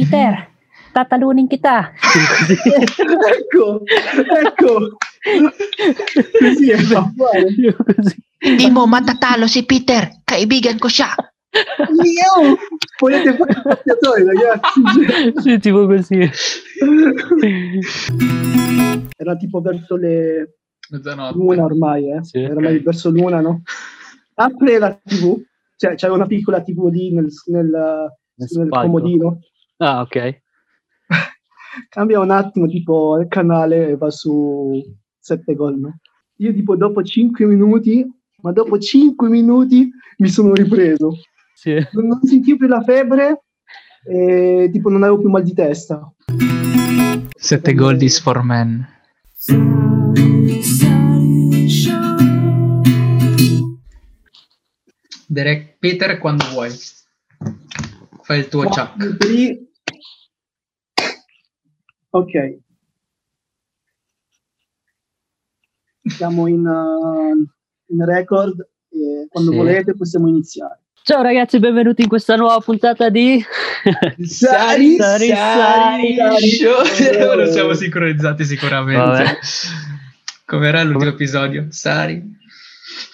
Peter, tatalunin kita. Ecco, ecco. Così è fa fare. Hindi mo matatalo si Peter. Kaibigan ko siya. Io! Volete fare il pacchiatore, ragazzi? Cioè, sì, tipo così. Era tipo verso le Mezzanotte. l'una ormai, eh. Sì. Era ormai verso l'una, no? Apre la tv, cioè c'era una piccola tv lì nel, nel, Nel nel spalco. comodino. Ah, ok. Cambia un attimo tipo il canale e va su 7 gol, no? Io tipo dopo 5 minuti, ma dopo 5 minuti mi sono ripreso. Sì. non, non sentivo più la febbre e tipo non avevo più mal di testa. Sette gol is for men. Direct Peter quando vuoi. Fai il tuo chuck. Lì- Ok. Siamo in, uh, in record e quando Sì. volete possiamo iniziare. Ciao ragazzi, benvenuti in questa nuova puntata di... Sari, sari, sari, sari. Show. Eh. Ora siamo sincronizzati sicuramente. Vabbè. Come era l'ultimo episodio? Sari.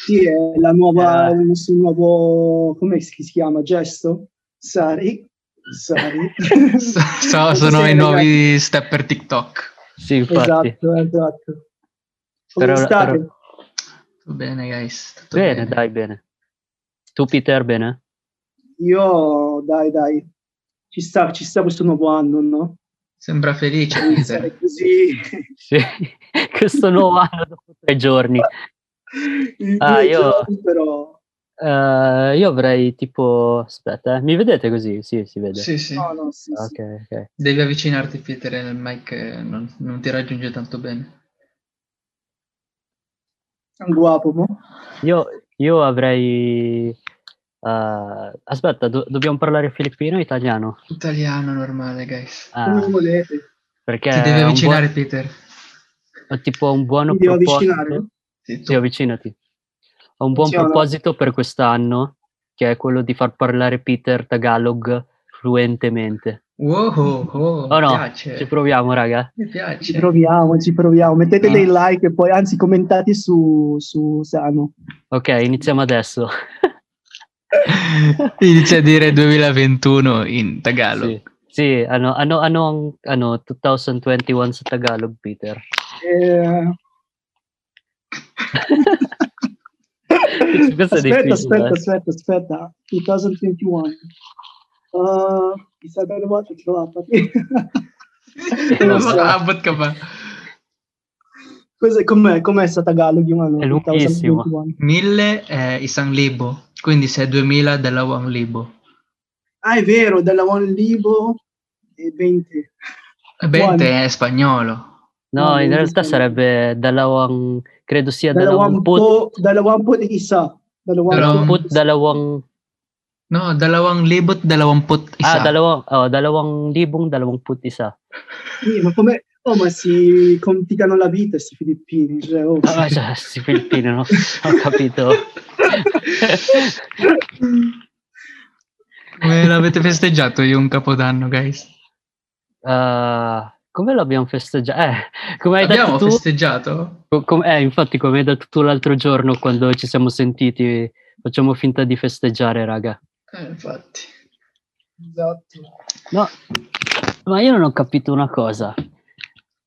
Sì, è la nuova, Eh. il nostro nuovo, come si chiama, gesto? Sari, Sari. So- Sì, sono i ragazzi. nuovi step per TikTok. Sì, infatti. Esatto, esatto. Come Però- state? però- Tutto bene, guys. Tutto Bene, dai, bene. Tu Peter, bene? Io, dai, dai, ci sta, ci sta questo nuovo anno, no? Sembra felice Iniziare Peter. così. Sì. Questo nuovo anno dopo tre giorni. in Ah, due io- giorni, però... Eh, io avrei tipo... Aspetta, eh. mi vedete così? Sì, si vede. Sì, sì. No, no, sì, sì. Ok, ok. Devi avvicinarti Peter nel mic, eh, non, non ti raggiunge tanto bene. Un guapomo. Io, io avrei... eh, aspetta, do- dobbiamo parlare filippino o italiano? Italiano normale, guys. Ah, Come volete. perché Ti è devi un avvicinare Peter. buon- è tipo un buono Mi devo proposito. avvicinare? Sì, Sì, tu- avvicinati. Ho un buon Funziona? proposito per quest'anno, che è quello di far parlare Peter Tagalog fluentemente. Wow, oh, Oh mi no, piace. Ci proviamo, raga. mi Ci piace. proviamo, ci proviamo. Mettete Sì. dei Ah. like e poi, anzi, commentate su, su Sano. Ok, iniziamo adesso. Inizia a dire 2021 in Tagalog. Sì, sì ano, ano, ano, ang, ano, 2021 sa Tagalog, Peter. Eh, Questo è aspetta, difficile, aspetta, eh. aspetta, aspetta. 2021. Uh, chissà bene quanto ce l'ha lo so. Abot ka pa. Cos'è, com'è, com'è sta Tagalog yung ano? È lunghissimo. 2021? Mille è isang libo. Quindi se è 2000, dalawang libo. Ah, è vero, dalla One Libo e 20. 20 è spagnolo. No, No, in non riesco realtà a- sarebbe dalawang, credo sia Dalla One dalawang put, Po, dalla One Po di isa. Dalla One Dalawang Po put, dalawang, No, dalawang libo't dalawamput ah, isa. dalawang, oh, dalawang libong, dalawang put isa. Sì, ma come... Oh, ma si complicano la vita sti filippini. Cioè, oh. Ah, cioè, si filippino, no? ho capito. Come l'avete festeggiato io un capodanno, guys? Ah, come l'abbiamo festeggiato? Eh, come hai Abbiamo detto tu, festeggiato? co- com- eh, infatti come hai detto tu l'altro giorno quando ci siamo sentiti, facciamo finta di festeggiare, raga. Eh, infatti. Esatto. No, ma io non ho capito una cosa.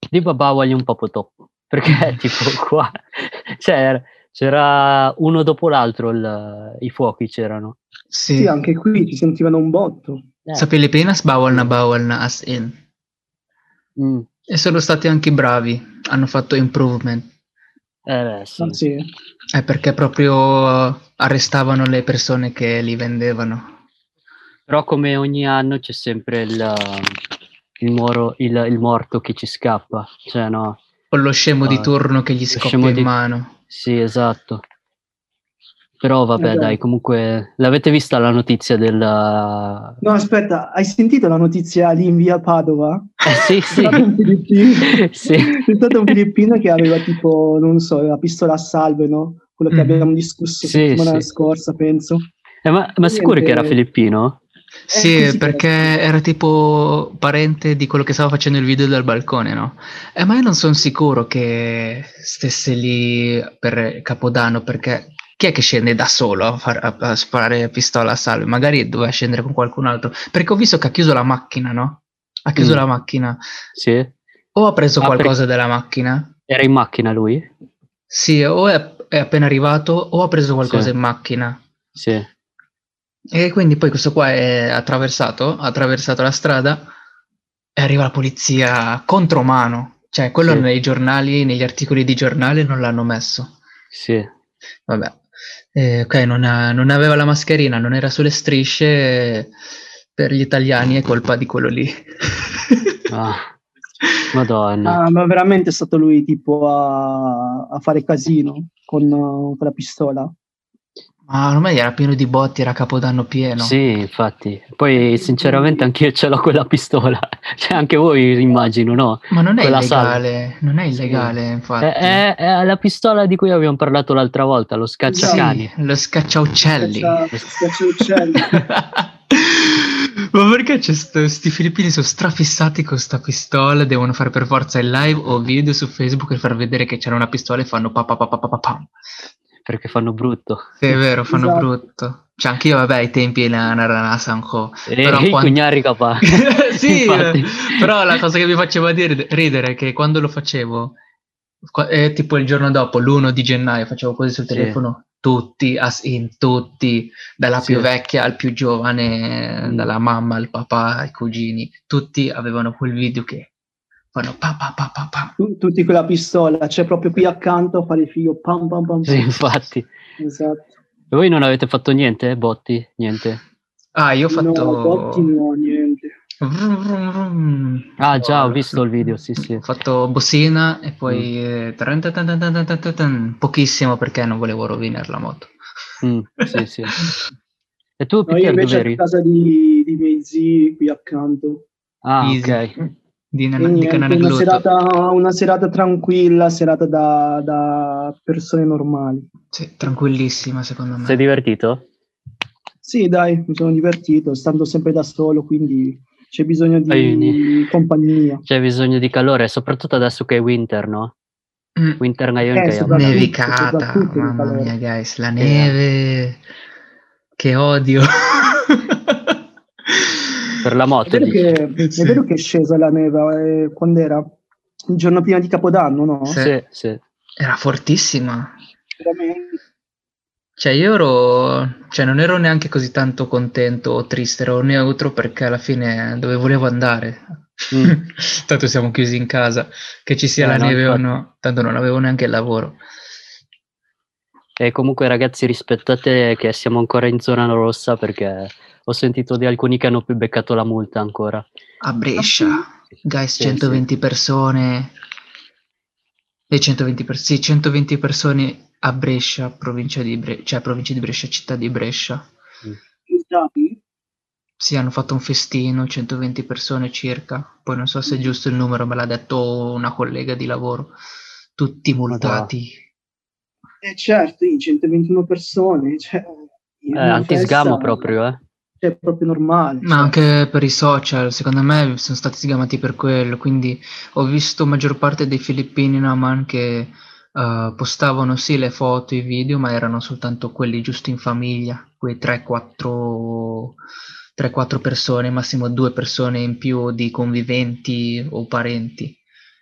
Di Babà voglio un papotò. Perché tipo qua c'era, c'era uno dopo l'altro il- i fuochi c'erano. Sì. Sì, anche qui ci sentivano un botto. Eh, Sa Pilipinas, bawal na bawal na as in. mm, E sono stati anche bravi, hanno fatto improvement. eh, beh, sì. Anzi, È perché proprio eh, arrestavano le persone che li vendevano. Però come ogni anno c'è sempre il, il moro- il- il morto che ci scappa. Cioè no, O lo scemo di Ah, turno che gli lo scoppia scemo in di- mano. sì esatto. Però vabbè Vabbè. dai, comunque l'avete vista la notizia del... no, aspetta, hai sentito la notizia lì in via Padova? Eh, sì, C'è stato un sì. filippino, Sì. C'è stato un filippino che aveva tipo, non so, la pistola a salve, no? Quello che Mm. abbiamo discusso Sì, settimana sì. scorsa, penso. Eh, ma, ma sicuro che era Niente. filippino? Sì, così perché era tipo parente di quello che stava facendo il video dal balcone, no? Eh, ma io non sono sicuro che stesse lì per Capodanno, perché chi è che scende da solo a, far- a- a sparare pistola a salve? Magari doveva scendere con qualcun altro, perché ho visto che ha chiuso la macchina, no? Ha chiuso Mm. la macchina. Sì? O ha preso Ah, per- qualcosa dalla macchina? Era in macchina lui? Sì, o è, è appena arrivato o ha preso qualcosa Sì. in macchina. Sì. E quindi poi questo qua è attraversato, ha attraversato la strada e arriva la polizia contromano. Cioè, quello Sì. nei giornali, negli articoli di giornale non l'hanno messo. Sì. Vabbè. Eh, ok, non, ha- non aveva la mascherina, non era sulle strisce. Per gli italiani è colpa di quello lì. Ah, Madonna. Ah, ma veramente è stato lui tipo a, a fare casino con, uh, con la pistola. Ma ormai era pieno di botti, era capodanno pieno. Sì, infatti. Poi sinceramente anch'io ce l'ho quella pistola. Cioè anche voi immagino, no? Ma non è Quella sala. illegale, non è Sì. Eh, illegale, È, infatti. è- è eh, la pistola di cui abbiamo parlato l'altra volta, lo scacciacani. Sì, lo scacciauccelli. Schiaccia- schiaccia l'uccello. Ma perché c'è sto- sti filippini sono strafissati con sta pistola? Devono fare per forza il live o video su Facebook e far vedere che c'era una pistola e fanno pa pa pa pa pa pa pam. Perché fanno brutto. Sì, è vero, fanno Esatto. brutto. Cioè, anch'io, vabbè, ai tempi la narana sanco. E Però Eh, i quando- cugnari capà. sì, Infatti. eh, però la cosa che mi faceva dire- ridere è che quando lo facevo, qua- eh, tipo il giorno dopo, l'1 di gennaio, facevo così sul Sì. telefono, tutti, as in tutti, dalla Sì. più vecchia al più giovane, Mm. dalla mamma al papà, ai cugini, tutti avevano quel video che fanno pa pa pa pa pa. Tu- tutti con la pistola, c'è proprio qui accanto a fare figlio. Pam, pam, pam, pam. Sì, infatti. E Esatto. voi non avete fatto niente, eh? botti? Niente? Ah, io ho fatto... No, botti no, niente. Vrum, vrum, vrum. Ah, già, ho visto il video, sì, sì. Ho fatto Bossina e poi eh, taran, tan, tan, tan, tan, tan, tan, pochissimo perché non volevo rovinare la moto. Mm, sì, sì. E tu, No, io Peter, dove invece ero eri? a casa di, di miei zii qui accanto. Ah, Easy. ok. Di, E nan- di niente, Canale una, Glotto. serata, una serata tranquilla, serata da, da persone normali. Sì, tranquillissima secondo me. Sei divertito? Sì, dai, mi sono divertito, stando sempre da solo, quindi c'è bisogno di Aiuni. compagnia. C'è bisogno di calore, soprattutto adesso che è winter, no? Mm. Winter ngayon Eh, kaya soprattutto. malamig. Nevicata, soprattutto in mamma calore. mia guys, Esatto. la neve. Che odio. per la È moto. vero, dici. che, è Eh, Sì. vero che è scesa la neve, eh, quando era? Il giorno prima di Capodanno, no? Sì. Sì, sì. Era fortissima. Veramente. Cioè, io ero, cioè, non ero neanche così tanto contento o triste, ero neutro perché alla fine dove volevo andare. Mm. Tanto siamo chiusi in casa, che ci sia Eh, la no, neve infatti. o no, tanto non avevo neanche il lavoro. E comunque ragazzi rispettate che siamo ancora in zona rossa perché ho sentito di alcuni che hanno più beccato la multa ancora. Eh, A Brescia, guys, Sì, 120 persone, e 120, per- sì, 120 persone a Brescia, provincia di Brescia, cioè provincia di Brescia, città di Brescia. Scusami, Sì, hanno fatto un festino, 120 persone circa. Poi non so Mm. se è giusto il numero, me l'ha detto una collega di lavoro. Tutti multati. Eh, certo, in 121 persone, cioè, in Eh, una antisgamo festa, proprio, eh. cioè, È proprio normale. cioè, Ma anche per i social, secondo me sono stati sgamati per quello. Quindi ho visto maggior parte dei filippini in Oman che eh, postavano sì le foto, i video, ma erano soltanto quelli giusto in famiglia, quei 3-4 3-4 persone, massimo due persone in più di conviventi o parenti.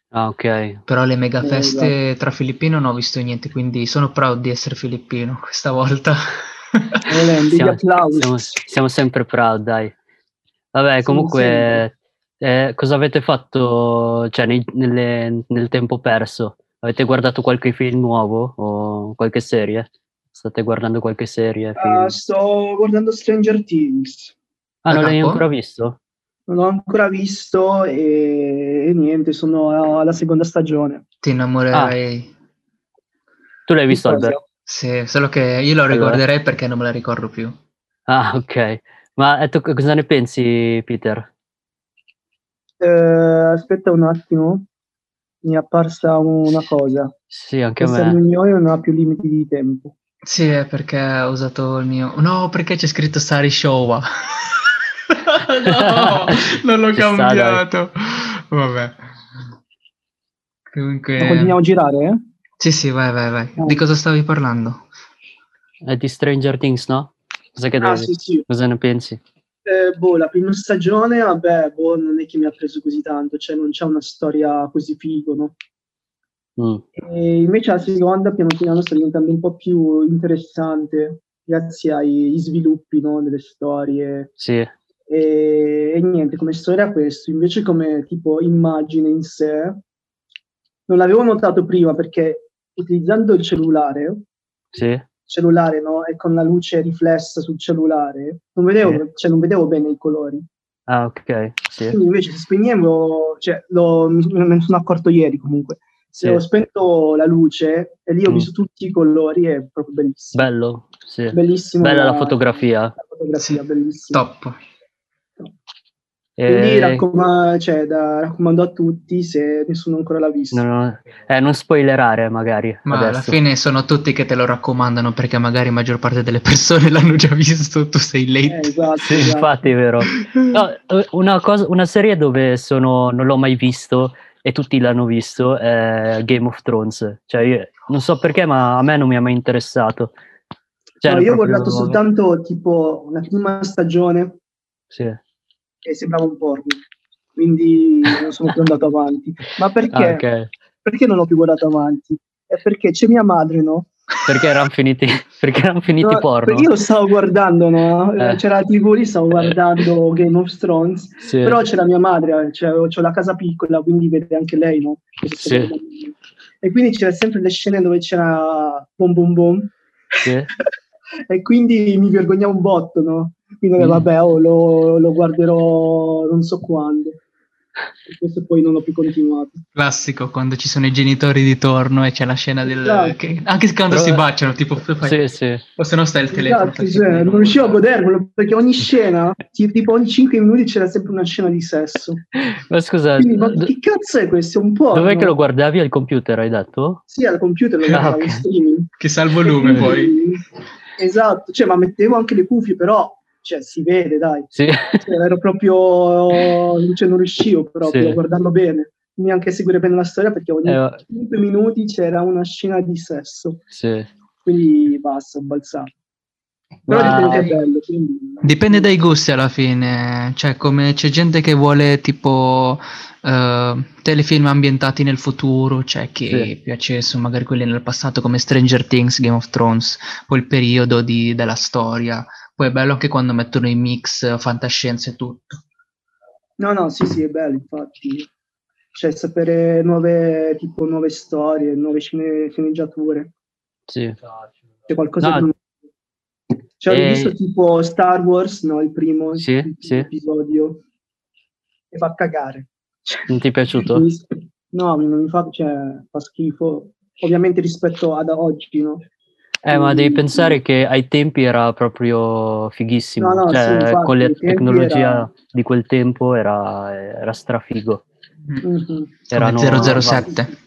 Ah, ok. Però le mega Eh, feste tra filippino non ho visto niente, quindi sono proud di essere filippino questa volta. Cioè, eh, degli Siamo, applausi. siamo- siamo sempre proud, dai. Siamo Vabbè, comunque, eh, cosa avete fatto cioè, nei- nelle- nel tempo perso? Avete guardato qualche film nuovo o qualche serie? State guardando qualche serie? film? Ah, sto guardando Stranger Things. ah, non l'hai capo? ancora visto? Non l'ho ancora visto e, e niente, sono alla seconda stagione. Ti innamorerai. Tu l'hai visto, Cosa? Alberto? Sì, solo che io la Allora. riguarderei perché non me la ricordo più. Ah, ok. Ma eh, tu co- cosa ne pensi, Peter? Eh, aspetta un attimo, mi è apparsa una cosa. Sì, anche a Questa me. riunione non ha più limiti di tempo. Sì, è perché ho usato il mio... No, perché c'è scritto Sari Showa. no, non l'ho Ci sta, dai. cambiato. Vabbè. Comunque... Ma Continuiamo a girare, eh? Sì, sì, vai, vai, vai. No. Di cosa stavi parlando? È di Stranger Things, no? Cosa, che Ah, devi- sì, sì. cosa ne pensi? Eh, boh, la prima stagione, vabbè, boh, non è che mi ha preso così tanto, cioè non c'è una storia così figo, no? Mm. E invece la seconda piano piano sta diventando un po' più interessante grazie agli sviluppi no, delle storie Sì, e, e niente come storia questo invece come tipo immagine in sé non l'avevo notato prima perché utilizzando il cellulare sì. cellulare no, e con la luce riflessa sul cellulare non vedevo, Sì. cioè, non vedevo bene i colori Ah, ok, sì. quindi invece se spegnevo, cioè, lo- mi- me ne sono accorto ieri comunque, se Sì. ho spento la luce e lì ho Mm. visto tutti i colori, è proprio bellissimo. Bello, sì. Bellissimo Bella la fotografia. La fotografia, Sì, bellissima. Top. Quindi Eh, raccoma- cioè, da- raccomando a tutti se nessuno ancora l'ha visto. no, no, eh, non spoilerare magari Ma alla adesso. fine sono tutti che te lo raccomandano perché magari la maggior parte delle persone l'hanno già visto, tu sei Eh, late. esatto, Sì, esatto. infatti è vero. No, eh, una, cosa- una serie dove sono, non l'ho mai visto e tutti l'hanno visto è Game of Thrones. Cioè, io- non so perché, ma a me non mi ha mai interessato. No, Cioè, era io ho proprio- guardato soltanto tipo la prima stagione Sì. e sembrava un porno, quindi non sono più andato avanti. Ma perché? Ah, ok. Perché non ho più guardato avanti? È perché c'è mia madre, no? Perché erano finiti, perché erano finiti No, porno. perché Io stavo guardando, no? Eh. C'era la TV lì, stavo guardando Game of Thrones, Sì. però c'era mia madre, cioè, c'ho la casa piccola, quindi vede anche lei, no? Cosa sta Sì. guardando. E quindi c'era sempre le scene dove c'era bom bom bom, sì. e quindi mi vergognavo un botto, no? Quindi Mm. vabbè, oh, lo, lo guarderò non so quando. E questo poi non ho più continuato. Classico quando ci sono i genitori di torno e c'è la scena del... Esatto. che- anche quando Però- si baciano, tipo... fai- Sì, sì. O se no stai al telefono. Esatto, fai- cioè, non riuscivo a godermelo perché ogni scena, ti- tipo ogni 5 minuti c'era sempre una scena di sesso. Ma scusa, Quindi, ma Eh, do- che cazzo è questo? È un po'. dov'è che lo guardavi al computer, hai detto? Sì, al computer lo guardavo Ah, ok. in streaming. Che salvo Eh. lume poi. Quindi- Esatto, cioè, ma mettevo anche le cuffie, però cioè, si vede, dai. Sì. Mm. Cioè, ero proprio. Cioè, non riuscivo proprio Sì. a guardarlo bene, neanche a seguire bene la storia perché ogni Eh, 5 minuti c'era una scena di sesso. sì. Quindi basta, ho balzato. Però Ma- dipende che è bello. Quindi... Dipende dai gusti alla fine, cioè come c'è gente che vuole tipo eh, telefilm ambientati nel futuro, c'è chi Sì. piace su magari quelli nel passato come Stranger Things, Game of Thrones, poi il periodo di- della storia, poi è bello anche quando mettono i mix eh, fantascienza e tutto. No, no, sì, sì, è bello, infatti. Cioè, sapere nuove, tipo, nuove storie, nuove scene- sceneggiature. sì. C'è qualcosa No. di nuovo. Cioè, Eh. ho visto tipo Star Wars, no? Il primo Sì, il- sì. episodio. E fa cagare. Non ti è piaciuto? Mi- No, mi- non mi fa, cioè, fa schifo. Ovviamente rispetto ad oggi, no? Eh, ma devi Mm. pensare che ai tempi era proprio fighissimo. No, no, cioè, sì, infatti, con la ai tempi tecnologia era- di quel tempo era, era strafigo. Mm. Mhm. Erano, Come avanti. 007.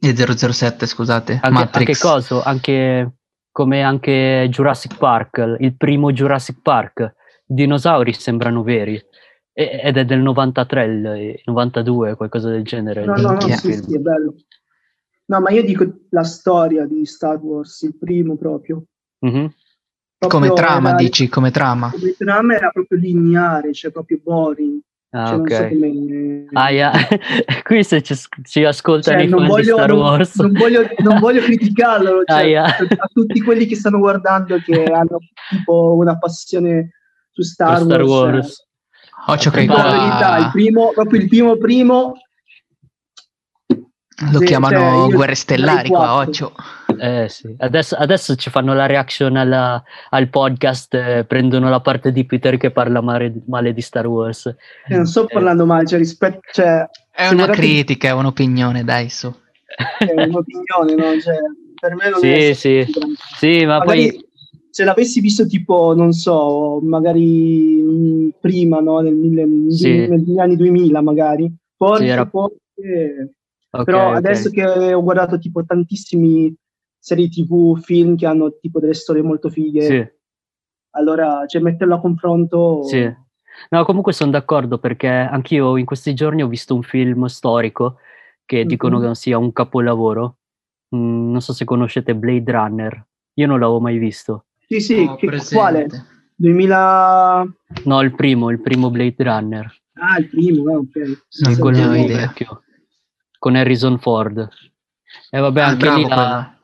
E 007, scusate, Anche, Matrix. anche coso, anche come anche Jurassic Park, il primo Jurassic Park. I dinosauri sembrano veri. E- Ed è del 93, il 92, qualcosa del genere. No, no, no, Minchia. sì, sì, è bello. No, ma io dico la storia di Star Wars, il primo proprio. Mhm. Come Proprio trama, era- dici, come trama. come trama era proprio lineare, cioè proprio boring. Ah, cioè, Non ok. so come... Ah, yeah. Qui se ci, ci Cioè, ascoltano i non fan di voglio, Star non- Wars. non voglio- non voglio criticarlo cioè, Ah, yeah. a tutti quelli che stanno guardando che hanno tipo una passione su Per Star, Star Wars. cioè. Wars. Occhio che Dico la verità, il qua primo, proprio il primo primo lo sì, chiamano cioè, io- guerre stellari qua, quattro. occhio. Eh, sì. adesso, adesso ci fanno la reaction alla- al podcast, eh, prendono la parte di Peter che parla mare- male di Star Wars. eh, non sto parlando male, cioè, rispetto, cioè, È se una guardate- critica, è un'opinione, dai, su. è un'opinione, no? Cioè, per me non Sì, è sì. Sì, ma Magari poi... se l'avessi visto tipo, non so, magari mh, prima, no? Nel mille- Sì. negli anni 2000 magari, forse, Sì, era- forse- ok, però ok. adesso che ho guardato tipo tantissimi serie tv, film che hanno tipo delle storie molto fighe, Sì, allora cioè, metterlo a confronto sì. No, comunque sono d'accordo perché anch'io in questi giorni ho visto un film storico che dicono Mhm. che sia un capolavoro. Mm, non so se conoscete Blade Runner. Io non l'avevo mai visto. Sì, sì, Ho Oh, che- Ah, presente. quale? 2000... No, il primo, il primo Blade Runner. Ah, il primo, eh, ok. Sì, Non sì, con quello sì. ne ho lì idea. vecchio, con Harrison Ford. E vabbè, Ah, anche bravo lì la- quello.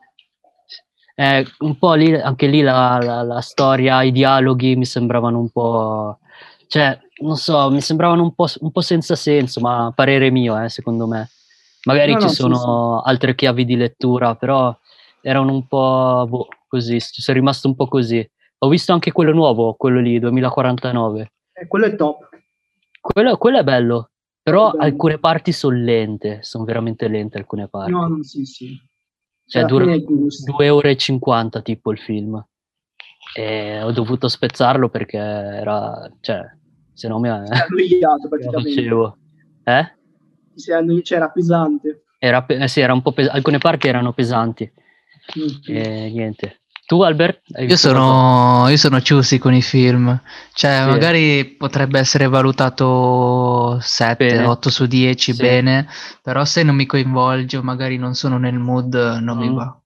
Eh, un po' lì, anche lì la, la- la storia, i dialoghi mi sembravano un po'... Cioè, non so, mi sembravano un po', s- un po' senza senso, ma parere mio, eh, secondo me. Magari No, ci no, sì, sono altre chiavi di lettura, però erano un po' boh, così, ci sono rimasto un po' così. Ho visto anche quello nuovo, quello lì, 2049. Eh, quello è top. Quello, quello è bello, però Bello. alcune parti sono lente, sono veramente lente alcune parti. No, no, sì, sì. Cioè, Alla dura fine è giusto. 2 ore e 50 tipo il film. E ho dovuto spezzarlo perché era. cioè, se no mi È annoiato Cioè, praticamente. facevo. Eh? Si è annoiato, cioè, era pesante. Era, pe- eh sì, era un po' pes- alcune parti erano pesanti. Mm. E niente. Tu, Albert? hai Io visto qualcosa? sono, io sono ciusi con i film, cioè Sì. magari potrebbe essere valutato 7, Bene. 8 su 10, Sì. bene, però se non mi coinvolge o magari non sono nel mood non mi Mm. va.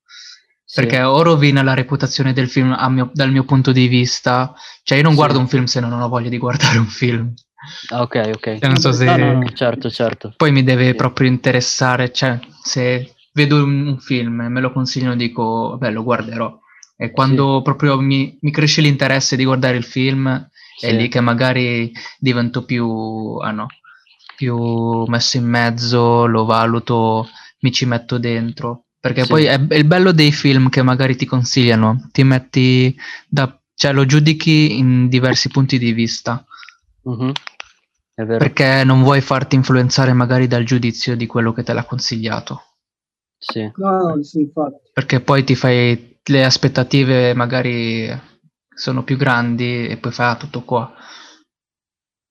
Sì. Perché o rovina la reputazione del film a mio- dal mio punto di vista, cioè io non Sì. guardo un film se non ho voglia di guardare un film. Ah, ok, ok. Cioè, non so se... No, no, no, certo, certo. Poi mi deve Sì. proprio interessare, cioè se vedo un, un film e me lo consigliano dico, beh, lo guarderò. E quando proprio mi, mi cresce l'interesse di guardare il film, è Sì. lì che magari divento più, ah no, più messo in mezzo, lo valuto, mi ci metto dentro. Perché Sì. poi è, è il bello dei film che magari ti consigliano, ti metti da, cioè lo giudichi in diversi punti di vista Mhm. È vero. perché non vuoi farti influenzare magari dal giudizio di quello che te l'ha consigliato, Sì. No, no, sì, infatti. perché poi ti fai le aspettative magari sono più grandi e poi fai "Ah, tutto qua.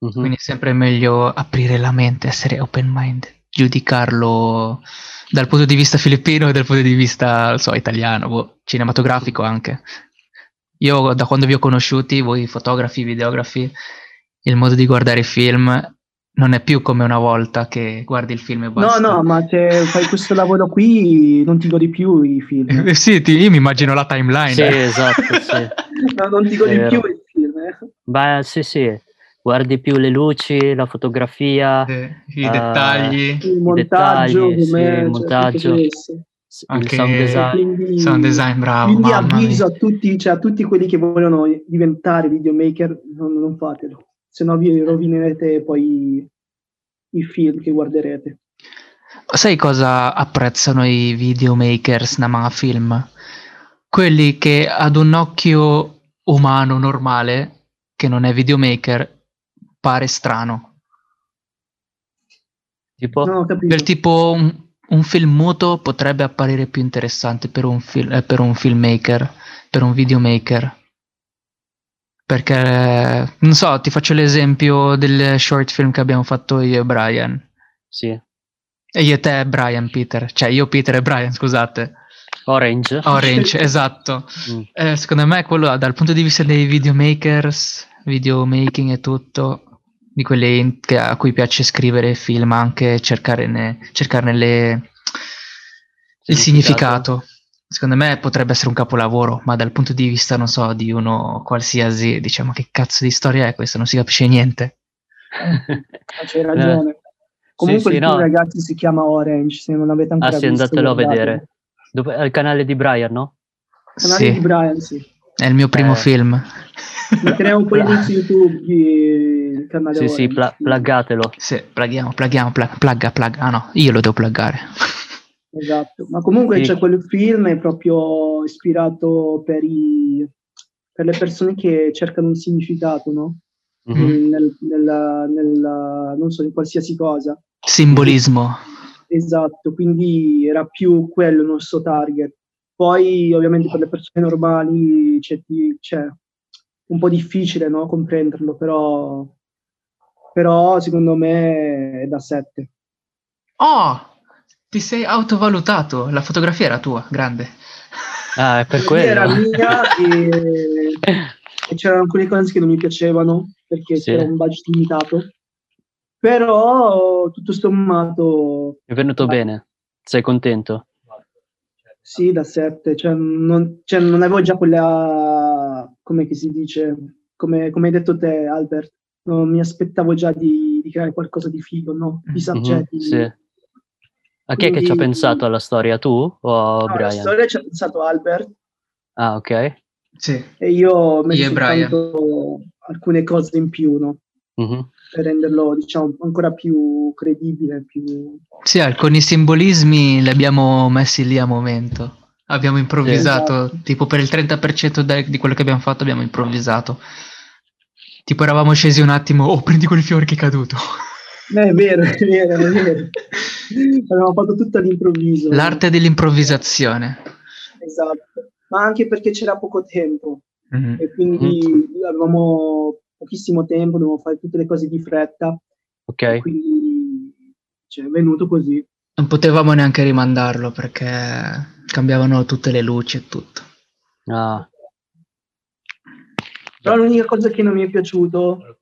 Mhm. Quindi è sempre meglio aprire la mente, essere open minded, giudicarlo dal punto di vista filippino e dal punto di vista non so, italiano, boh, cinematografico anche. Io da quando vi ho conosciuti, voi fotografi, videografi, il modo di guardare i film non è più come una volta che guardi il film e No, basta. no, ma se fai questo lavoro qui non ti godi più i film. Eh, sì, ti- io mi immagino la timeline. Sì, esatto, sì. No, non ti godi Vero. più i film. eh. Beh, sì, sì. Guardi più le luci, la fotografia, Eh, I Ah. dettagli, Il montaggio, dettagli, sì, com'è, cioè, il montaggio. tutto questo. s- il Anche- sound design. Quindi- sound design, bravo, Quindi mamma mia. avviso a tutti, cioè, a tutti quelli che vogliono diventare videomaker, non, non fatelo, se no vi rovinerete poi i film che guarderete. Sai cosa apprezzano i videomakers da mga film? Quelli che ad un occhio umano normale, che non è videomaker, pare strano. Tipo? Non ho capito. Del tipo un, un film muto potrebbe apparire più interessante per un, fil- eh, per un filmmaker, per un videomaker. Perché, eh, non so, ti faccio l'esempio del short film che abbiamo fatto io e Brian. Sì. E io e te, Brian, Peter. Cioè, io, Peter e Brian, scusate. Orange? Ah. Orange, esatto. Mm. Eh, secondo me quello dal punto di vista dei videomakers, videomaking e tutto, di quelli in- che- a cui piace scrivere film, anche cercare ne- cercarne le- il significato. Secondo me potrebbe essere un capolavoro, ma dal punto di vista, non so, di uno qualsiasi, diciamo, che cazzo di storia è questa? Non si capisce niente. Ah, C'hai ragione. Eh. Comunque sì, il no. film, ragazzi, si chiama Orange, se non avete ancora Ah, sì, visto. andatelo a guardatelo. vedere. Dopo- al canale di Brian, no? Canale di Sì, Brian, sì. è il mio primo Eh. film. Metteremo poi Bra- link su YouTube di- il canale Sì, sì, Orange. pla- pluggatelo. Sì, plaghiamo, plaghiamo, pla- plagga, plagga. Ah no, io lo devo plaggare. Esatto, ma comunque Sì. c'è quel film è proprio ispirato per, i- per le persone che cercano un significato, no? Mhm. In- nel- nella- nella- non so, in qualsiasi cosa. Simbolismo. Esatto, quindi era più quello il nostro target. Poi ovviamente per le persone normali c'è, di- c'è un po' difficile no? comprenderlo, però, però secondo me è da 7. Oh, ti sei autovalutato. La fotografia era tua, grande. Ah, è per Era quello. mia e... e c'erano alcune cose che non mi piacevano perché Sì. c'era un budget limitato, però tutto sommato È venuto Ma- bene. Sei contento? sì, da 7, cioè non, cioè, non avevo già quella, come che si dice, come, come hai detto te Albert, non mi aspettavo già di, di creare qualcosa di figo, no? Di Mhm, soggetti. sì. A chi è che ci Quindi- ha pensato alla storia? Tu o No, la Oh, Brian? storia ci ha pensato Albert, Ah, ok. Sì. E io ho messo Io e Brian. soltanto alcune cose in più, no? Mhm. Per renderlo, diciamo, ancora più credibile, più... Sì, alcuni simbolismi li abbiamo messi lì a momento. Abbiamo improvvisato, tipo per il 30% de- di quello che abbiamo fatto abbiamo improvvisato. Tipo eravamo scesi un attimo, oh prendi quel fiore che è caduto. Eh, è vero, è vero, è vero. Abbiamo fatto tutto all'improvviso. L'arte dell'improvvisazione. Esatto. Ma anche perché c'era poco tempo Mhm. e quindi Mm. avevamo pochissimo tempo, dovevamo fare tutte le cose di fretta. Ok. E quindi cioè, è venuto così. Non potevamo neanche rimandarlo perché cambiavano tutte le luci e tutto. Ah, Però l'unica cosa che non mi è piaciuto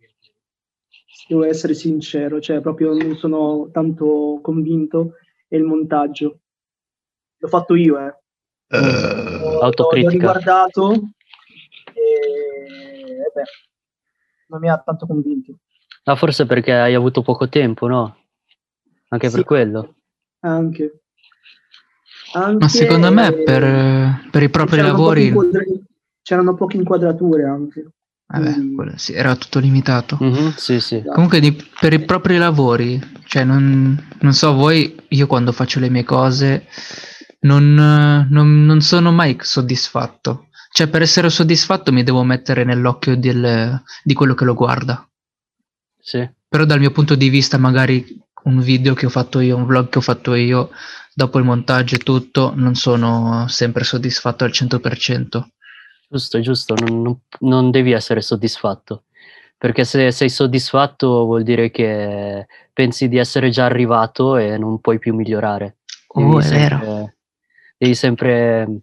devo essere sincero, cioè proprio non sono tanto convinto, è il montaggio. L'ho fatto io, eh. L'ho- L'ho autocritica. riguardato e eh beh, non mi ha tanto convinto. Ah, forse perché hai avuto poco tempo, no? Anche Sì. per quello. Anche. Ma Anche- secondo me per, per i propri c'erano lavori... poche inquadra- c'erano poche inquadrature anche. Vabbè, quindi- quello sì, era tutto limitato. Mhm, Sì, sì. Eh Comunque di- per i propri lavori, cioè non, non so voi, io quando faccio le mie cose non, eh, non- non sono mai soddisfatto. Cioè per essere soddisfatto mi devo mettere nell'occhio del- di quello che lo guarda. Sì. Però dal mio punto di vista magari un video che ho fatto io, un vlog che ho fatto io, dopo il montaggio e tutto, non sono sempre soddisfatto al 100%. Giusto, giusto, non, non- non devi essere soddisfatto, perché se sei soddisfatto vuol dire che pensi di essere già arrivato e non puoi più migliorare. Oh, è sempre- vero. Devi sempre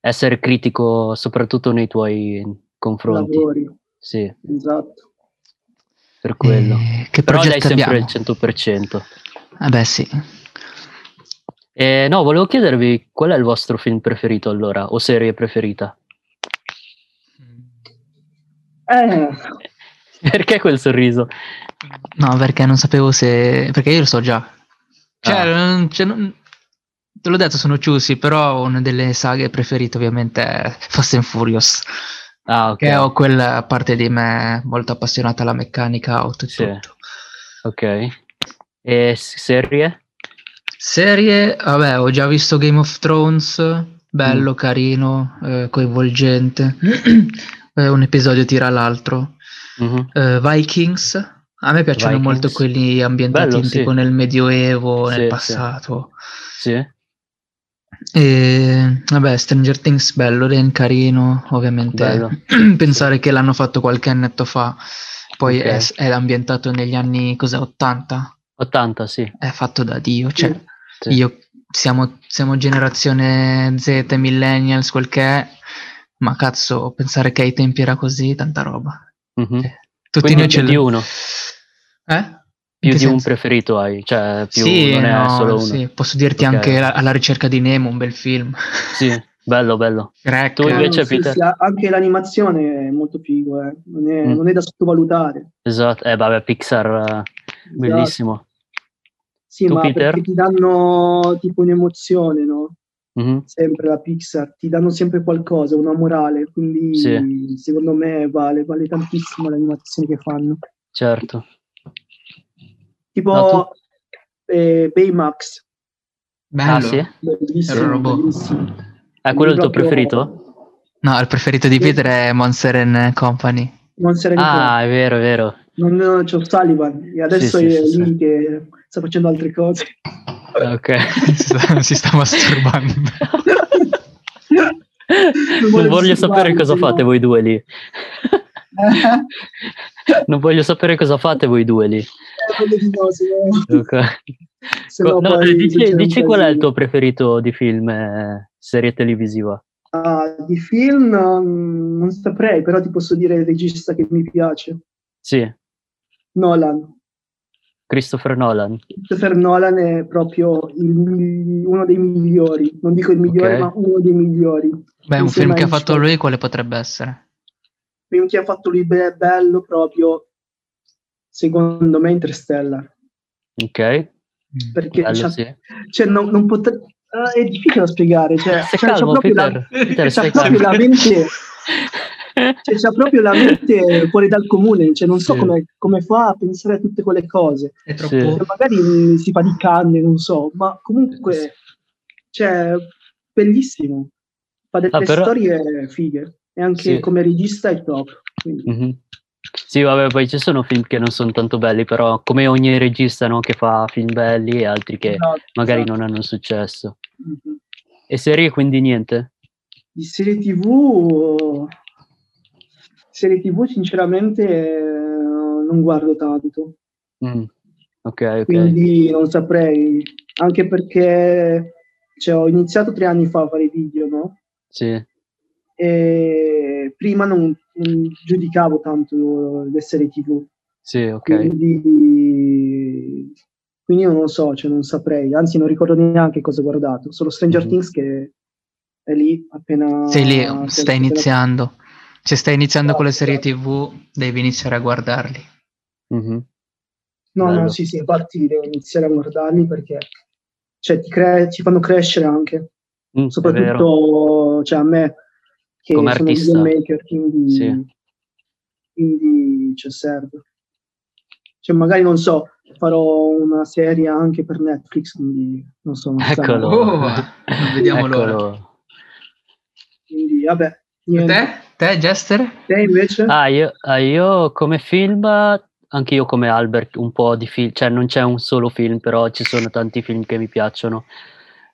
essere critico, soprattutto nei tuoi confronti. Lavori, Sì, esatto. per quello. Eh, che Però dai progetto sempre abbiamo? il 100%. Eh beh sì. Eh, no, volevo chiedervi qual è il vostro film preferito allora, o serie preferita? Eh, Perché quel sorriso? No, perché non sapevo se. Perché io lo so già. Cioè, Ah. non- cioè, non- te l'ho detto, sono ciusi, però una delle saghe preferite ovviamente è Fast and Furious. Ah, Che ok. ho quella parte di me molto appassionata alla meccanica auto e Sì. tutto. Ok. E s- serie? Serie, vabbè, ho già visto Game of Thrones, Mm. bello, carino, eh, coinvolgente. Eh, un episodio tira l'altro. Mhm. Eh, Vikings. A me piacciono Vikings. molto quelli ambientati Bello, in- sì. tipo nel Medioevo, Sì, sì. nel passato. Sì. E vabbè, Stranger Things bello, Ren carino, ovviamente. Bello. Pensare che l'hanno fatto qualche annetto fa, poi è, Ok. è ambientato negli anni cos'è, 80, 80, sì. è fatto da Dio. Cioè, Sì. io siamo, siamo generazione Z, millennials, quel che è, ma cazzo, pensare che ai tempi era così, tanta roba. Mhm. Tutti Quindi noi ce più di l- uno. Eh? In Più che di un senso? preferito hai, cioè più sì, non è no, solo uno. sì, Sì, posso dirti Ok. anche la- alla ricerca di Nemo, un bel film. bello, bello. Shrek. Tu invece, eh, sì, Peter? sì, anche l'animazione è molto figo, eh. non, è, Mm. non è da sottovalutare. Esatto. Esatto. Eh, vabbè, Pixar, Esatto. eh, bellissimo. Sì, Tu, ma Peter? perché ti danno tipo un'emozione, no? Mhm. Sempre la Pixar, ti danno sempre qualcosa, una morale, quindi Sì. secondo me vale, vale tantissimo l'animazione che fanno. Certo. Tipo No, eh, Baymax, Bello. Ah, sì? Eh, Era un bellissimo, robot. bellissimo. Ah, quello è il Proprio- tuo preferito? No, il preferito di Peter è Monster and Company. Non se Ah, è vero, è vero. non, non c'ho Sullivan, e adesso Sì, è sì, sì, lui sì. che sta facendo altre cose. Ok. si, sta, si sta masturbando. voglio Non voglio disturbare, sapere cosa se no- fate voi due lì. Non voglio sapere cosa fate voi due lì. Eh, voglio di no, se no- Ok. se no No, poi dici, succede un dici qual è il casino. tuo preferito di film, eh, serie televisiva? Ah, di film mm, non saprei, però ti posso dire il regista che mi piace. Sì, Nolan. Christopher Nolan. Christopher Nolan è proprio il migli- uno dei migliori, non dico il migliore, Ok. ma uno dei migliori. Beh, un Insieme film che a ha fatto Hitchcock. lui, quale potrebbe essere? Film che ha fatto lui be- bello proprio, secondo me, Interstellar. Ok, Mm. Perché bello, c'ha- sì. cioè, non, non potre- eh, è difficile da spiegare. Cioè, cioè, Stai c'ha calmo, proprio la- Peter. Peter, c'ha stai proprio calmo. la mente- cioè, c'ha proprio la mente fuori dal comune, cioè, non so Sì. come, come fa a pensare a tutte quelle cose. È Sì. Cioè, magari si fa di canne, non so, ma comunque cioè, bellissimo. Fa delle Ah, però- storie fighe e anche Sì. come regista è top. Quindi, Mhm. Sì, vabbè, poi ci sono film che non sono tanto belli, però come ogni regista no, che fa film belli e altri che esatto, magari esatto. non hanno successo. Mhm. E serie quindi niente? Di serie TV, serie TV sinceramente eh, non guardo tanto. Mm. Ok, ok. quindi non saprei, anche perché cioè, ho iniziato tre anni fa a fare video, no? Sì. E prima non, non giudicavo tanto le serie TV, Sì, ok. quindi, quindi io non so, cioè, non saprei, anzi non ricordo neanche cosa ho guardato, solo Stranger Mhm. Things che è lì appena... Sei lì, appena- stai iniziando. Se stai iniziando con le serie Esatto. TV, devi iniziare a guardarli. Mhm. No, Bello. Mm, no, sì, sì, infatti devo iniziare a guardarli perché cioè, ti, cre- ti fanno crescere anche, Mm, è vero. soprattutto cioè, a me che Come sono artista. video maker, quindi, Sì. quindi cioè, serve. Cioè, magari non so, farò una serie anche per Netflix, quindi non so. non so. Eccolo. Oh, non vediamo l'ora. Eccolo. Quindi vabbè, niente. Te? Te, Jester? Te invece? Ah, io, ah, io come film, anche io come Albert, un po' di film, cioè non c'è un solo film, però ci sono tanti film che mi piacciono.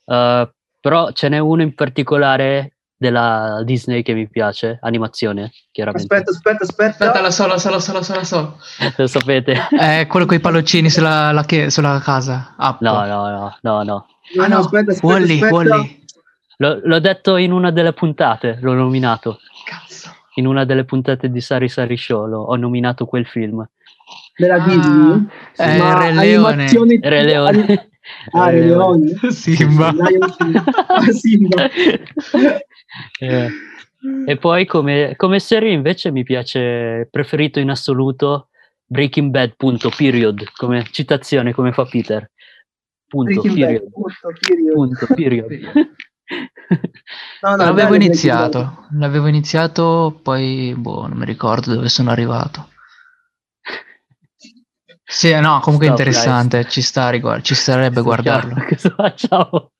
Eh, però ce n'è uno in particolare della Disney che mi piace, animazione, chiaramente. aspetta, aspetta, aspetta. Aspetta, la so, la so, la so, la so, la so. Lo sapete? È Eh, quello con i palloncini sulla, la che- sulla casa. Ah, Apple. No, no, no, no, no. Ah, no, no, aspetta, aspetta, Wall-E, aspetta. Wall-E. L'ho, l'ho detto in una delle puntate, l'ho nominato. Cazzo. In una delle puntate di Sari Sari Show l'ho- ho nominato quel film. Me la Ah, Disney? eh, Ma Re Leone. animazione- Re Leone. Ah, Re Leone. Simba. Lion King. Ah, Simba. Eh, E poi come, come serie invece mi piace, preferito in assoluto, Breaking Bad, punto, period, come citazione, come fa Peter. Punto, Breaking Bad, period. punto, period. Punto, period. No, no, L'avevo bello, iniziato, l'avevo iniziato, poi boh, non mi ricordo dove sono arrivato. Sì, eh, no, comunque è Stop, interessante, ci sta a riguard- ci starebbe a guardarlo. Cosa facciamo?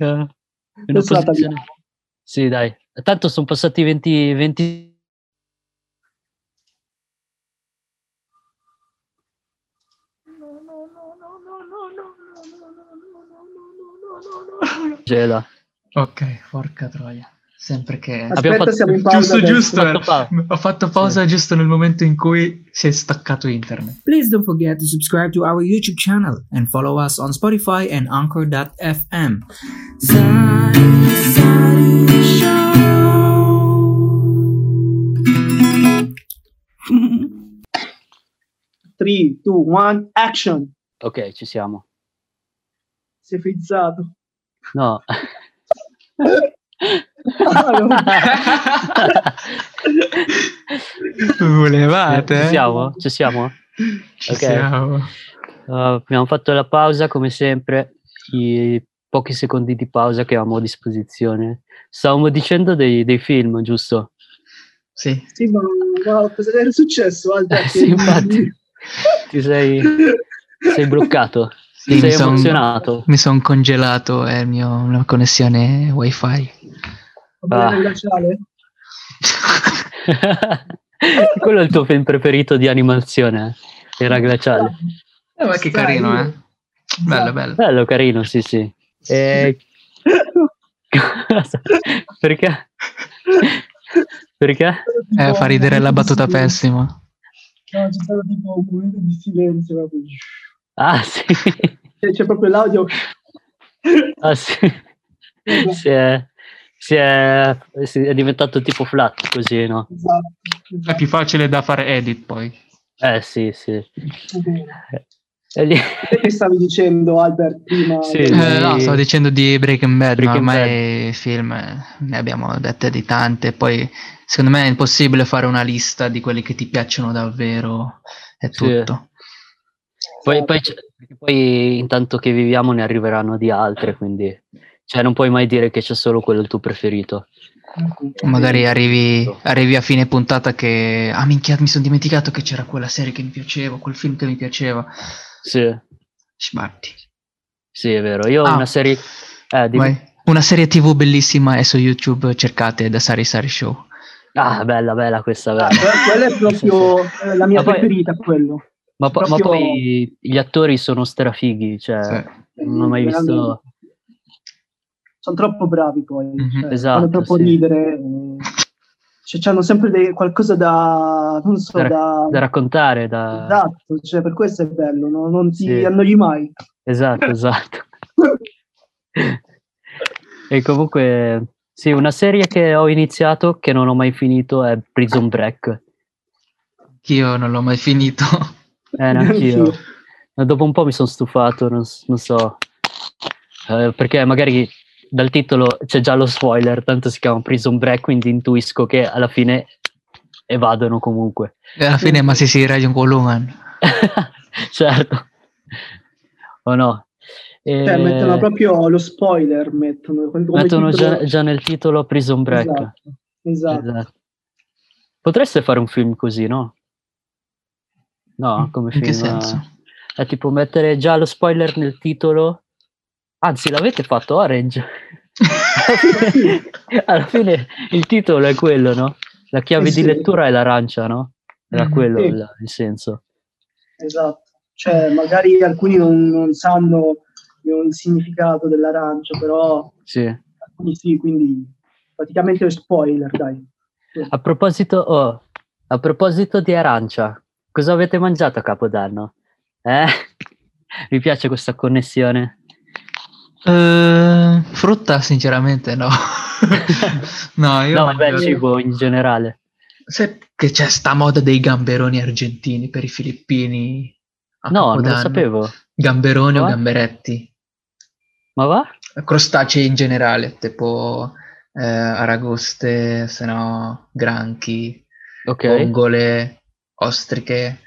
Eh, una Adesso la posizione- Sì, dai. Tanto sono passati 20, 20 Gela. Ok, porca troia. Sempre che... Aspetta, Abbiamo fatto- siamo in pausa. giusto, adesso. giusto. Ho fatto pausa. Ho fatto pausa giusto nel momento in cui si è staccato internet. Please don't forget to subscribe to our YouTube channel and follow us on Spotify and Anchor.fm. Sari Sari Show. 3, 2, 1, action. Ok, ci siamo. Si è frizzato. No. Volevate? Eh, ci siamo? Ci siamo? Ci Ok. siamo. Uh, abbiamo fatto la pausa come sempre, i pochi secondi di pausa che avevamo a disposizione. Stavamo dicendo dei, dei film, giusto? Sì. Sì, ma, ma cosa era successo? Alta, Eh, sì, infatti. Ti sei, sei bloccato, Sì, ti sei mi son- emozionato. Mi sono congelato, è il mio- la connessione wifi. Ah. Quello è il tuo film preferito di animazione, eh? era Glaciale. Eh, ma che carino, eh. Bello, bello. Bello, carino, sì, sì. E- Perché? Perché? Eh, fa ridere la battuta pessima. No, c'è stato tipo un momento di silenzio. proprio. Ah, sì. Cioè, C'è proprio l'audio. Ah, sì. Sì, è, si è, si è diventato tipo flat così, no? Esatto, È più facile da fare edit poi. Eh sì, sì. esatto, bene. E lì- Te che stavi dicendo, Albert, prima? Sì. del- Eh, no, stavo dicendo di Breaking Bad, Breaking ma ormai film eh, ne abbiamo dette di tante, poi secondo me è impossibile fare una lista di quelli che ti piacciono davvero e Sì. tutto. Poi, poi c'è- perché poi intanto che viviamo ne arriveranno di altre, quindi cioè, non puoi mai dire che c'è solo quello il tuo preferito. Magari arrivi, Esatto. arrivi a fine puntata che, ah minchia, mi sono dimenticato che c'era quella serie che mi piaceva, quel film che mi piaceva. Sì, Sbatti. sì, è vero. Io ho Ah. una serie... Eh, dimmi. Vai. Una serie tv bellissima è su YouTube, cercate da Sari Sari Show. Ah, bella, bella questa, Ah, bella. que- quella è proprio eh, la mia Ma Ah, poi- preferita, quello. Ma, po- ma proprio- poi gli attori sono strafighi, cioè Sì. non ho mai visto... Sono troppo bravi poi. Mhm. cioè, Esatto, Fanno troppo sì. ridere. eh, Cioè, hanno sempre dei- qualcosa da... non so, Da ra- da... Da raccontare, da... Esatto, cioè, per questo è bello, no? non ti Sì. annoi mai. Esatto, esatto. e comunque, sì, una serie che ho iniziato, che non ho mai finito, è Prison Break. Io non l'ho mai finito. Eh, neanch'io. Neanch'io. Ma Dopo un po' mi sono stufato, non, s- non so. Eh, perché magari dal titolo c'è già lo spoiler, tanto si chiama Prison Break, quindi intuisco che alla fine evadono comunque. Alla fine, ma si si Radio Columan. certo. O no? E- Cioè, mettono proprio lo spoiler, mettono, come titolo- mettono già, già nel titolo Prison Break. Esatto, esatto. Esatto. Potreste fare un film così, no? No, come In film. che eh, senso? È tipo mettere già lo spoiler nel titolo. Anzi, l'avete fatto Orange. Alla fine- Alla fine il titolo è quello, no? La chiave Eh di sì. lettura è l'arancia, no? Era Mm, quello sì. il, il senso. Esatto, cioè magari alcuni non, non sanno il significato dell'arancio, però Sì. alcuni sì, quindi praticamente è spoiler, dai. A proposito, oh, a proposito di arancia, cosa avete mangiato a Capodanno? Eh? Mi piace questa connessione. Eh, frutta, sinceramente, no. no, io no, boh. vabbè, il mangio- cibo in generale. Sai che c'è sta moda dei gamberoni argentini per i filippini? a No, non lo Capodanno? sapevo. Gamberoni o What? gamberetti? Ma va? Crostacei in generale, tipo eh, aragoste, se no, granchi, Ok. vongole, ostriche.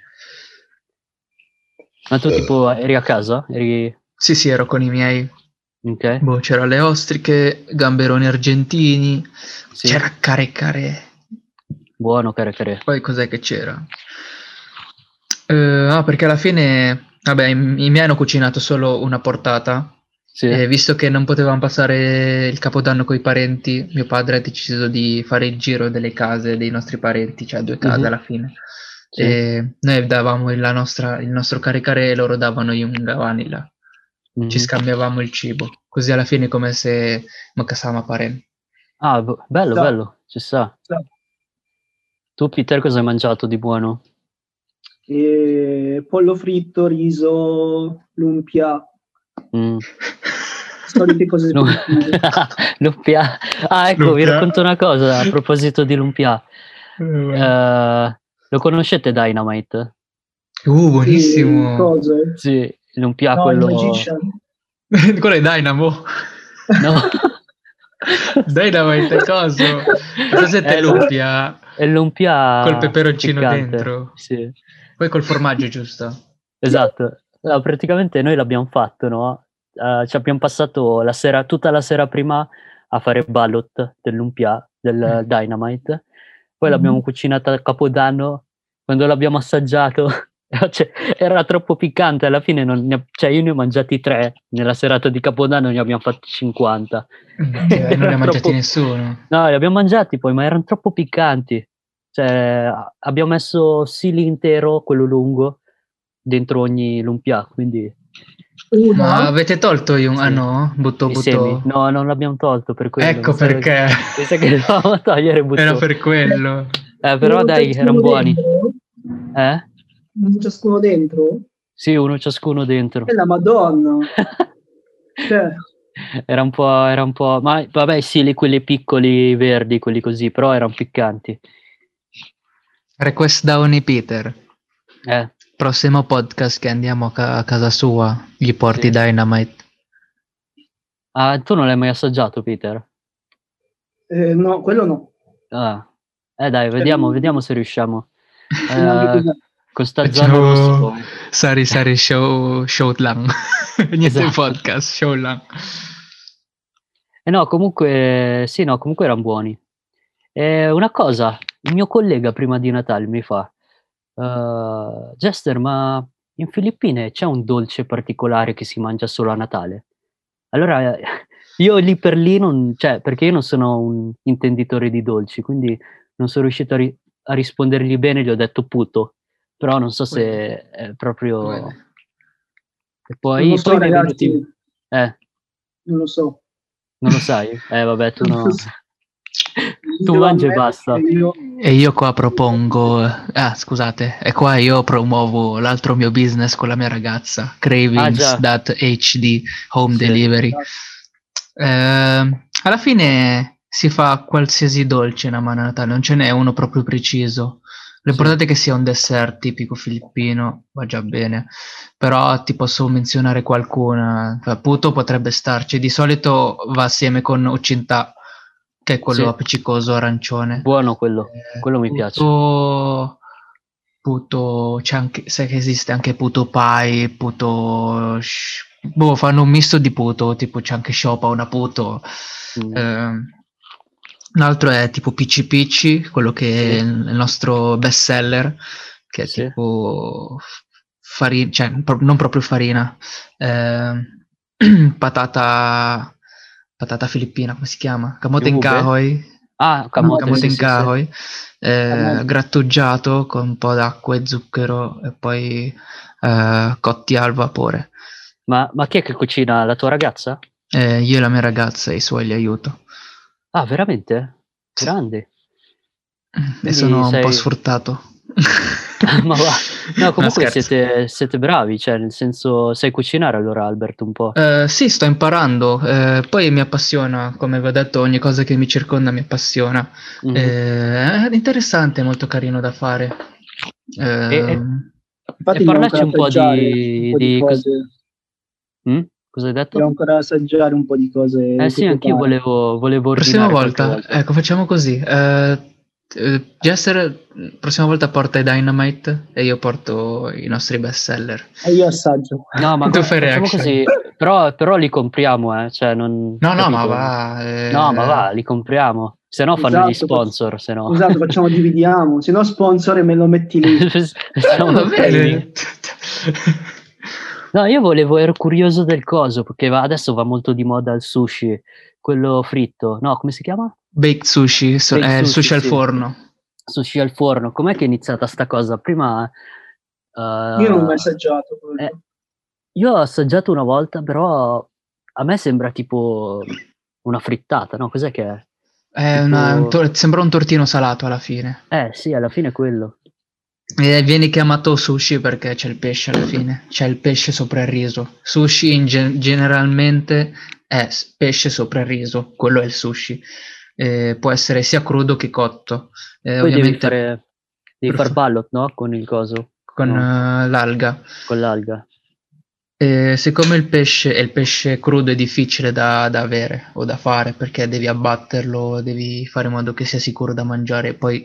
Ma tu tipo eri a casa? Eri... Sì, sì, ero con i miei. Ok. Boh, c'era le ostriche, gamberoni argentini, Sì. c'era care care. Buono, care care. Poi cos'è che c'era? Eh, ah, perché alla fine, vabbè, i, i miei hanno cucinato solo una portata. Sì. E visto che non potevamo passare il capodanno con i parenti, mio padre ha deciso di fare il giro delle case dei nostri parenti, cioè due case Mhm. alla fine. Sì. E noi davamo la nostra- il nostro caricare e loro davano i unga vanilla. Mhm. Ci scambiavamo il cibo. Così alla fine è come se Makasama parenti. Ah, bo- bello, Sa- bello. Ci sa. Sa- Tu, Peter, cosa hai mangiato di buono? E pollo fritto, riso, lumpia, Mm. solite cose. No. frittive. Lumpia. Ah, ecco, vi Lumpia. racconto una cosa a proposito di Lumpia. Eh, lo conoscete Dynamite? Eh, Uh, E buonissimo! Cose. Sì, Lumpia No, il Ah, quello... magician. Quello è Dynamo. No. Dynamite, coso. Cos'è Eh, Lumpia? È Lumpia... Col peperoncino piccante. dentro. Sì. Poi col formaggio, giusto? Esatto, No, praticamente noi l'abbiamo fatto, no? Eh, ci abbiamo passato la sera, tutta la sera prima a fare ballot dell'Umpia, del Dynamite, poi l'abbiamo cucinata a Capodanno, quando l'abbiamo assaggiato cioè, era troppo piccante, alla fine non ne- cioè, io ne ho mangiati tre, nella serata di Capodanno ne abbiamo fatti 50. Eh, non ne ha mangiati Troppo- nessuno. No, li abbiamo mangiati poi, ma erano troppo piccanti. Cioè, abbiamo messo sì l'intero, quello lungo, dentro ogni lumpia, quindi Una, Ma avete tolto io? Ah Sì. no? Butto, i butto. semi. No, non l'abbiamo tolto per quello. ecco mi sa- perché. Mi sa che dovevamo togliere e buttare. Era per quello. Eh, però uno dai, ciascuno erano buoni. dentro? Eh? Uno Ciascuno dentro? Sì, uno ciascuno dentro. E la madonna. Cioè, Era un po', era un po'... Ma vabbè, sì, li- quelli piccoli verdi, quelli così, però erano piccanti. Request Downey Peter. Eh, Prossimo podcast che andiamo a, ca- a casa sua, gli porti Sì. Dynamite. ah, tu non l'hai mai assaggiato, Peter? Eh, no, quello no. Ah. Eh dai, Cioè, vediamo, vediamo se riusciamo. Neanche Eh, cos'è. con sta zona Ciao. rosso. Sari, sari, show, show lang. Niente Esatto. podcast, show lang. Eh no, comunque, sì, no, comunque erano buoni. Eh, una cosa, il mio collega prima di Natale mi fa, "Eh, Jester, ma in Filippine c'è un dolce particolare che si mangia solo a Natale? Allora, eh, io lì per lì non, cioè, perché io non sono un intenditore di dolci, quindi non sono riuscito a, ri- a rispondergli bene, gli ho detto puto, però non so se è proprio... Bene. E poi, Non lo so, poi mi è ragazzi, venuto in- eh, non lo so. non lo sai? Eh, vabbè, tu no... Io mangi e ammetto basta. che Io, E io qua propongo, ah scusate, e qua io promuovo l'altro mio business con la mia ragazza, Ah, già. Cravings.hd Home Sì, Delivery. esatto. Ehm, alla fine si fa qualsiasi dolce in mano a Natale, non ce n'è uno proprio preciso. L'importante è che sia un dessert tipico filippino, va già bene, però ti posso menzionare qualcuna. Appunto potrebbe starci, di solito va assieme con Uccinta, che è quello Sì. appiccicoso arancione. Buono quello. quello mi piace. Puto, puto, c'è anche, sai che esiste anche puto pie, puto... sh- boh, fanno un misto di puto, tipo c'è anche shopa, una puto. Mm. Ehm, l'altro è tipo Picci Picci, quello che è il il nostro best seller, che è Sì. tipo farina, cioè pro- non proprio farina, ehm, patata, patata filippina, come si chiama? Camote in Ube? kahoy. Ah, Camote, camote, sì, in sì, sì. caoi, eh, Camote. grattugiato con un po' d'acqua e zucchero e poi eh, cotti al vapore. Ma, ma chi è che cucina? La tua ragazza? Eh, io e la mia ragazza e i suoi li aiuto. Ah, veramente? Grande. e Mm. Quindi sono un po' sei- sfruttato. Ma va. No, comunque scherzo. siete, siete bravi, cioè nel senso sai cucinare allora Albert un po'. Eh, sì, sto imparando, eh, poi mi appassiona, come vi ho detto, ogni cosa che mi circonda mi appassiona. Mhm. Eh, è interessante, molto carino da fare. Ehm, Infatti E devo parlarci ancora un po' di- assaggiare un po' di di cos- cose. Mm? Cosa hai detto? Devo ancora assaggiare un po' di cose. Eh sì, che anch'io preparo. volevo, volevo Prossima ordinare qualche volta, ecco, facciamo così. eh, eh, Jester, prossima volta porta i Dynamite e io porto i nostri best seller. E Eh, io assaggio. No, ma Tu fai guarda, facciamo reaction. così, però, però li compriamo, eh, cioè non... No, no, ma capito? va. eh, No, ma va, li compriamo, se no fanno gli Esatto, sponsor, se no... Esatto, facciamo, dividiamo. Se no sponsor e me lo metti lì. eh, Facciamo va un training. bene. No, io volevo, ero curioso del coso, perché va- adesso va molto di moda il sushi, quello fritto. No, come si chiama? Baked sushi, so- Baked eh, il sushi, sushi al sì. forno. Sushi al forno. Com'è che è iniziata sta cosa? Prima... eh, Io non l'ho mai assaggiato. quello. eh, io ho assaggiato una volta, però a me sembra tipo una frittata, no? Cos'è che è? È una- Tipo- un tor- sembra un tortino salato alla fine. Eh sì, alla fine è quello. E viene chiamato sushi perché c'è il pesce alla fine, c'è il pesce sopra il riso. Sushi in gen- generalmente è s- pesce sopra il riso, quello è il sushi. Eh, può essere sia crudo che cotto. Eh, Poi devi ovviamente fare, per devi far fa- ballot, no? Con il coso, con no. eh, l'alga. con l'alga. Eh, siccome il pesce, e il pesce crudo è difficile da, da avere o da fare perché devi abbatterlo, devi fare in modo che sia sicuro da mangiare. Poi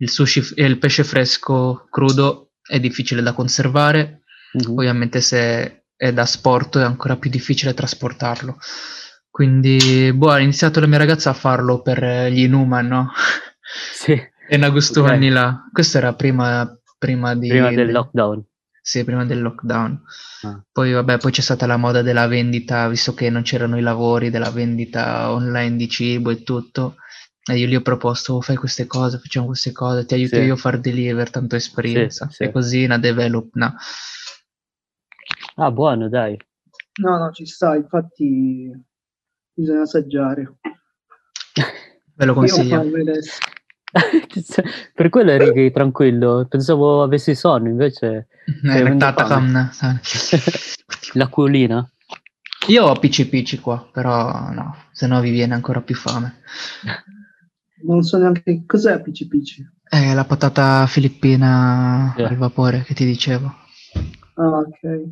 il sushi f- e il pesce fresco crudo è difficile da conservare. Mhm. Ovviamente se è da sport è ancora più difficile trasportarlo. Quindi, boh, ha iniziato la mia ragazza a farlo per eh, gli Inuman, no? Sì, E Nagustoni Ok. là. Questo era prima, prima di... prima del lockdown. Sì, prima del lockdown. Ah. Poi, vabbè, poi c'è stata la moda della vendita, visto che non c'erano i lavori, della vendita online di cibo e tutto. E io gli ho proposto, "Oh, fai queste cose, facciamo queste cose, ti aiuto Sì. io a far deliver, tanto esperienza. sì. E così una develop, no. Ah, buono, dai. No, no, ci sta. Infatti bisogna assaggiare. Ve Io lo ho consiglio. fame adesso. per quello eri che- tranquillo, pensavo avessi sonno, invece Eh, avendo tata fame. con- la culina. Io ho Pici Pici qua, però no, se no vi viene ancora più fame. Non so neanche cos'è Pici Pici. È Eh, la patata filippina Eh. al vapore che ti dicevo. Ah, ok.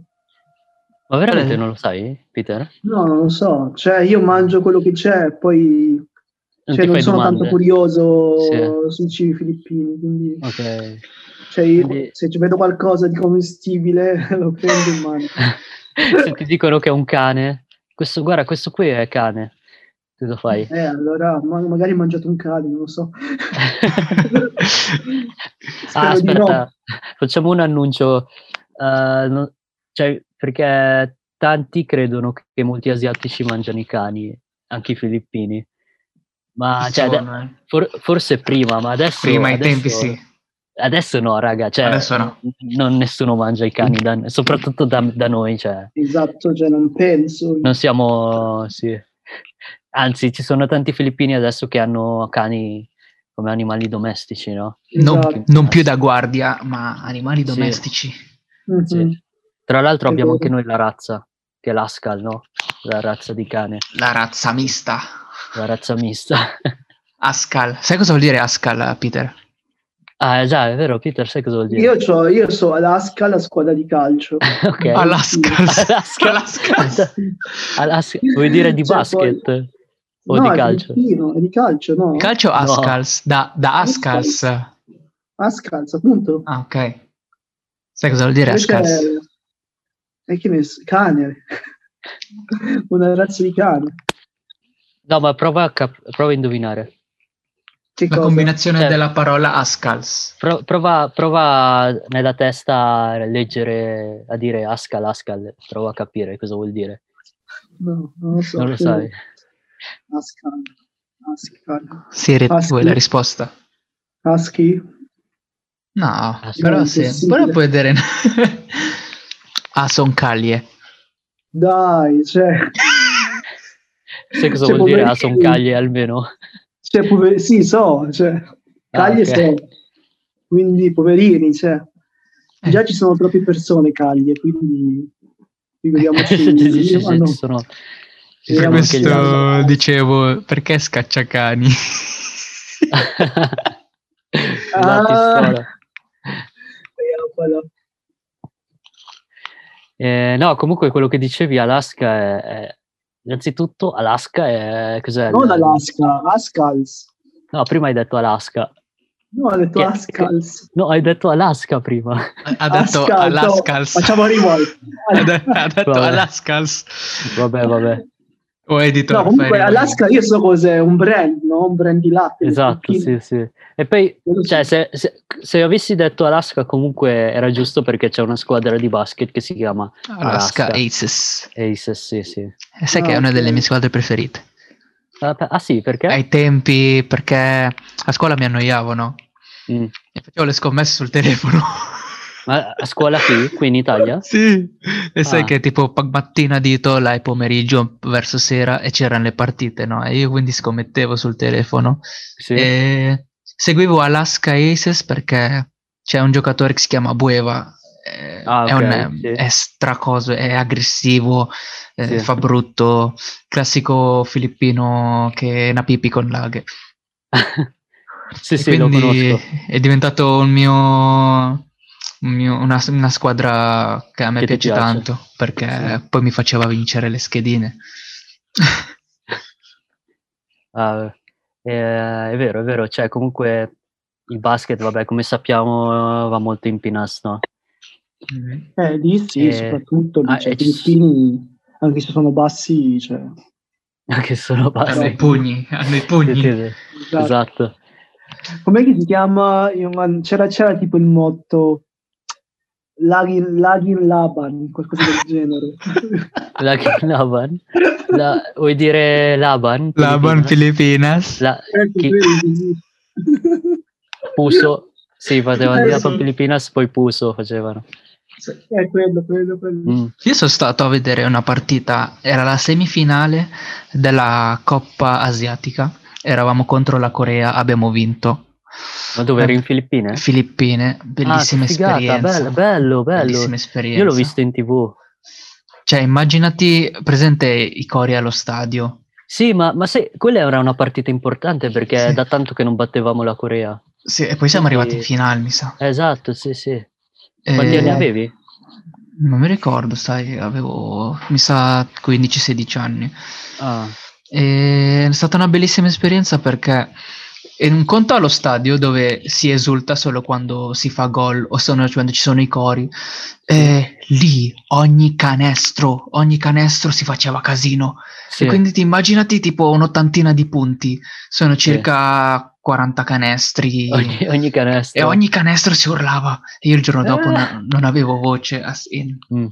Ma veramente Eh. non lo sai, Peter? No, non lo so. Cioè, io mangio quello che c'è, poi Non cioè, ti non fai sono domande. tanto curioso Sì. sui cibi filippini, quindi Ok. cioè, io Quindi- se ci vedo qualcosa di commestibile lo prendo in mano. Se ti dicono che è un cane, questo, guarda, questo qui è cane. Tu lo fai. Eh, allora, ma- magari ho mangiato un cane, non lo so. Spero Ah, di no. aspetta, facciamo un annuncio. Eh, non- cioè, perché tanti credono che molti asiatici mangiano i cani, anche i filippini. Ma cioè, ade- Sono, eh. for- forse prima, ma adesso... Prima ai adesso- tempi sì. Adesso no, raga, cioè, Adesso no. non nessuno mangia i cani, da- soprattutto da, da noi, cioè, Esatto, cioè, non penso. non siamo... sì. Anzi, ci sono tanti filippini adesso che hanno cani come animali domestici, no? Non, Esatto. non più da guardia, ma animali Sì. domestici. Mhm. Sì. Tra l'altro È abbiamo vero. anche noi la razza, che è l'Ascal, no? La razza di cane, La razza mista. la razza mista. Ascal. Sai cosa vuol dire Ascal, Peter? ah, già, è vero, Peter, sai cosa vuol dire? Io, c'ho- io so Alaska, la squadra di calcio. ok. All'Ascal. All'Ascal. All'Ascal. All'As- vuoi dire di Cioè, basket? poi- O no, di è calcio? filippino, è di calcio, no? Il calcio Ascals, da, da Ascals. Ah, Ascals, appunto. ok. Sai cosa vuol dire Invece Ascals? è- è che ne so, cane. Una razza di cane. No, ma prova a, cap- prova a indovinare. Che La cosa? combinazione Cioè- della parola Ascals. Pro- prova, prova nella testa a leggere, a dire Ascal, Ascal, prova a capire cosa vuol dire. No, non lo so. Non lo sai. Ascal. Ascal. Siri, Ascal. vuoi la risposta? Aschi? No, Ascal. però No, sì. impossibile. Però puoi vedere. Asoncaglie. Dai, cioè... Sai cosa Cioè, vuol dire poverini. Asoncaglie almeno? cioè pover- sì, so, cioè... Cagli Ah, e ok. so. Quindi, poverini, cioè... Già ci sono troppe persone caglie, quindi... Figuriamoci. Sì, sì, sì, io- sì, ah, no. ci sono- ci Per sono anche gli questo- altri. dicevo, perché scacciacani? La Ah. pistola. Vediamo qua, no. Eh, no, comunque quello che dicevi Alaska è, è- innanzitutto Alaska è cos'è? Non Alaska, Ascals. No, prima hai detto Alaska. No, ho detto Che- Ascals. No, hai detto Alaska prima. ha detto Ascals, no, Alascals. Facciamo rewind. ha de- ha detto Vabbè. Alascals. Vabbè, vabbè. O edito. No, comunque fai- Alaska io so cos'è, un brand, no? Un brand di latte. Esatto, Quello sì, sì. E poi, sì. cioè, se, se- se avessi detto Alaska comunque era giusto perché c'è una squadra di basket che si chiama Alaska Alaska. Aces. Aces, sì, sì. E sai che è Ah, una ok. delle mie squadre preferite. Ah, pe- ah, sì, perché? Ai tempi, perché a scuola mi annoiavano Eh. Mm. e facevo le scommesse sul telefono. Ma a scuola qui, qui in Italia? Sì, e sai Ah. che tipo pa- mattina di tola e pomeriggio verso sera e c'erano le partite, no? E io quindi scommettevo sul telefono Sì. e seguivo Alaska Aces perché c'è un giocatore che si chiama Bueva. eh, Ah, è, un, ok, sì. è stracoso, è aggressivo, eh, Sì. fa brutto, classico filippino che è una pipi con laghe. sì, E sì, lo quindi conosco. È diventato un mio, un mio- una, una squadra che a me Che ti piace, piace. tanto perché poi mi faceva vincere le schedine. Ah, eh, è vero, è vero, cioè comunque il basket, vabbè, come sappiamo va molto in pinas, no? Mm. Eh, lì sì, Eh, soprattutto lì, ah, cioè, eh, i filippini, anche se sono bassi, cioè... Che Hanno i sono basket. pugni, hanno i Sì, Ah, sì, pugni. sì, Esatto. Com'è che si chiama? Io man- C'era, c'era tipo il motto Lagin, Lagin Laban, qualcosa del genere. La Laban. La- vuoi dire Laban? Laban Filippina? Filipinas. La- Eh, chi- quindi, sì. Puso. Sì, facevano Eh, dire sì. Laban Filipinas, poi Puso facevano. Eh, quello, quello, quello. Mm. Io sono stato a vedere una partita, era la semifinale della Coppa Asiatica, eravamo contro la Corea, abbiamo vinto. Ma dove eri in Filippine? Filippine, Ah, bellissima che figata, esperienza. bello, bello, bello. Bellissima esperienza. Io l'ho visto in tv. Cioè, immaginati presente i cori allo stadio. Sì, ma, ma se, quella era una partita importante perché è Sì. da tanto che non battevamo la Corea. Sì, e poi siamo Quindi- arrivati in finale, mi sa. Esatto, sì, sì. Eh, Quanti anni avevi? Non mi ricordo, sai, avevo mi sa 15-16 anni. Ah, E È stata una bellissima esperienza perché è un conto allo stadio dove si esulta solo quando si fa gol o sono- quando ci sono i cori. E lì ogni canestro, ogni canestro si faceva casino. sì. E quindi ti immaginati tipo un'ottantina di punti, sono Sì. circa 40 canestri. ogni, ogni canestro. E ogni canestro si urlava. E io il giorno dopo Eh. no- non avevo voce. as in- Mm.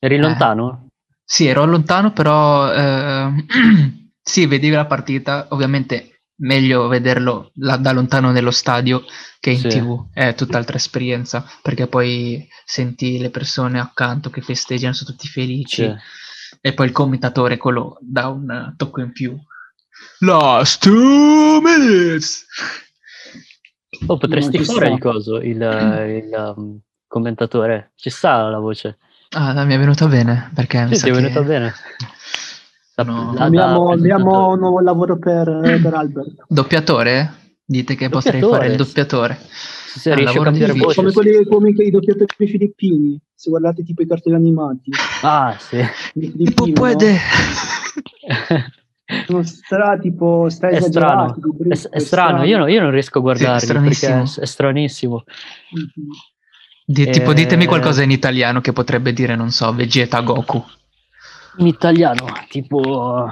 Eri Eh. lontano? Sì, ero lontano, però eh, sì, vedevi la partita. Ovviamente meglio vederlo là- da lontano nello stadio che in Sì. tv. È tutt'altra esperienza, perché poi senti le persone accanto che festeggiano, sono tutti felici. Sì. E poi il commentatore quello dà un eh, tocco in più. Last two minutes! Oh, potresti No, ci fare sta. il coso, il, Mm. il, um, commentatore. Ci sta la voce. Ah, dai, mi è venuta bene, perché mi Sì, sa ti è Eh, che- venuta bene. Ah, Sono- La- Abbiamo, abbiamo da presentatore. un nuovo lavoro per, eh, per Albert. Doppiatore? Dite che potrei Doppiatore. fare il doppiatore. Se- Se Ah, riesci a lavoro cambiare difficile. voce. Come, sì. quelli, come i doppiatori filippini, se guardate tipo i cartoni animati. Ah, sì. di Tipo Filippino, puede. no? Sono stra, tipo, stra È strano. esagerato, di brutto, È, è strano, io, no- io non riesco a guardarli perché stranissimo. è, è stranissimo. Mm, Di- tipo Eh. ditemi qualcosa in italiano che potrebbe dire, non so, Vegeta Goku. In italiano, tipo...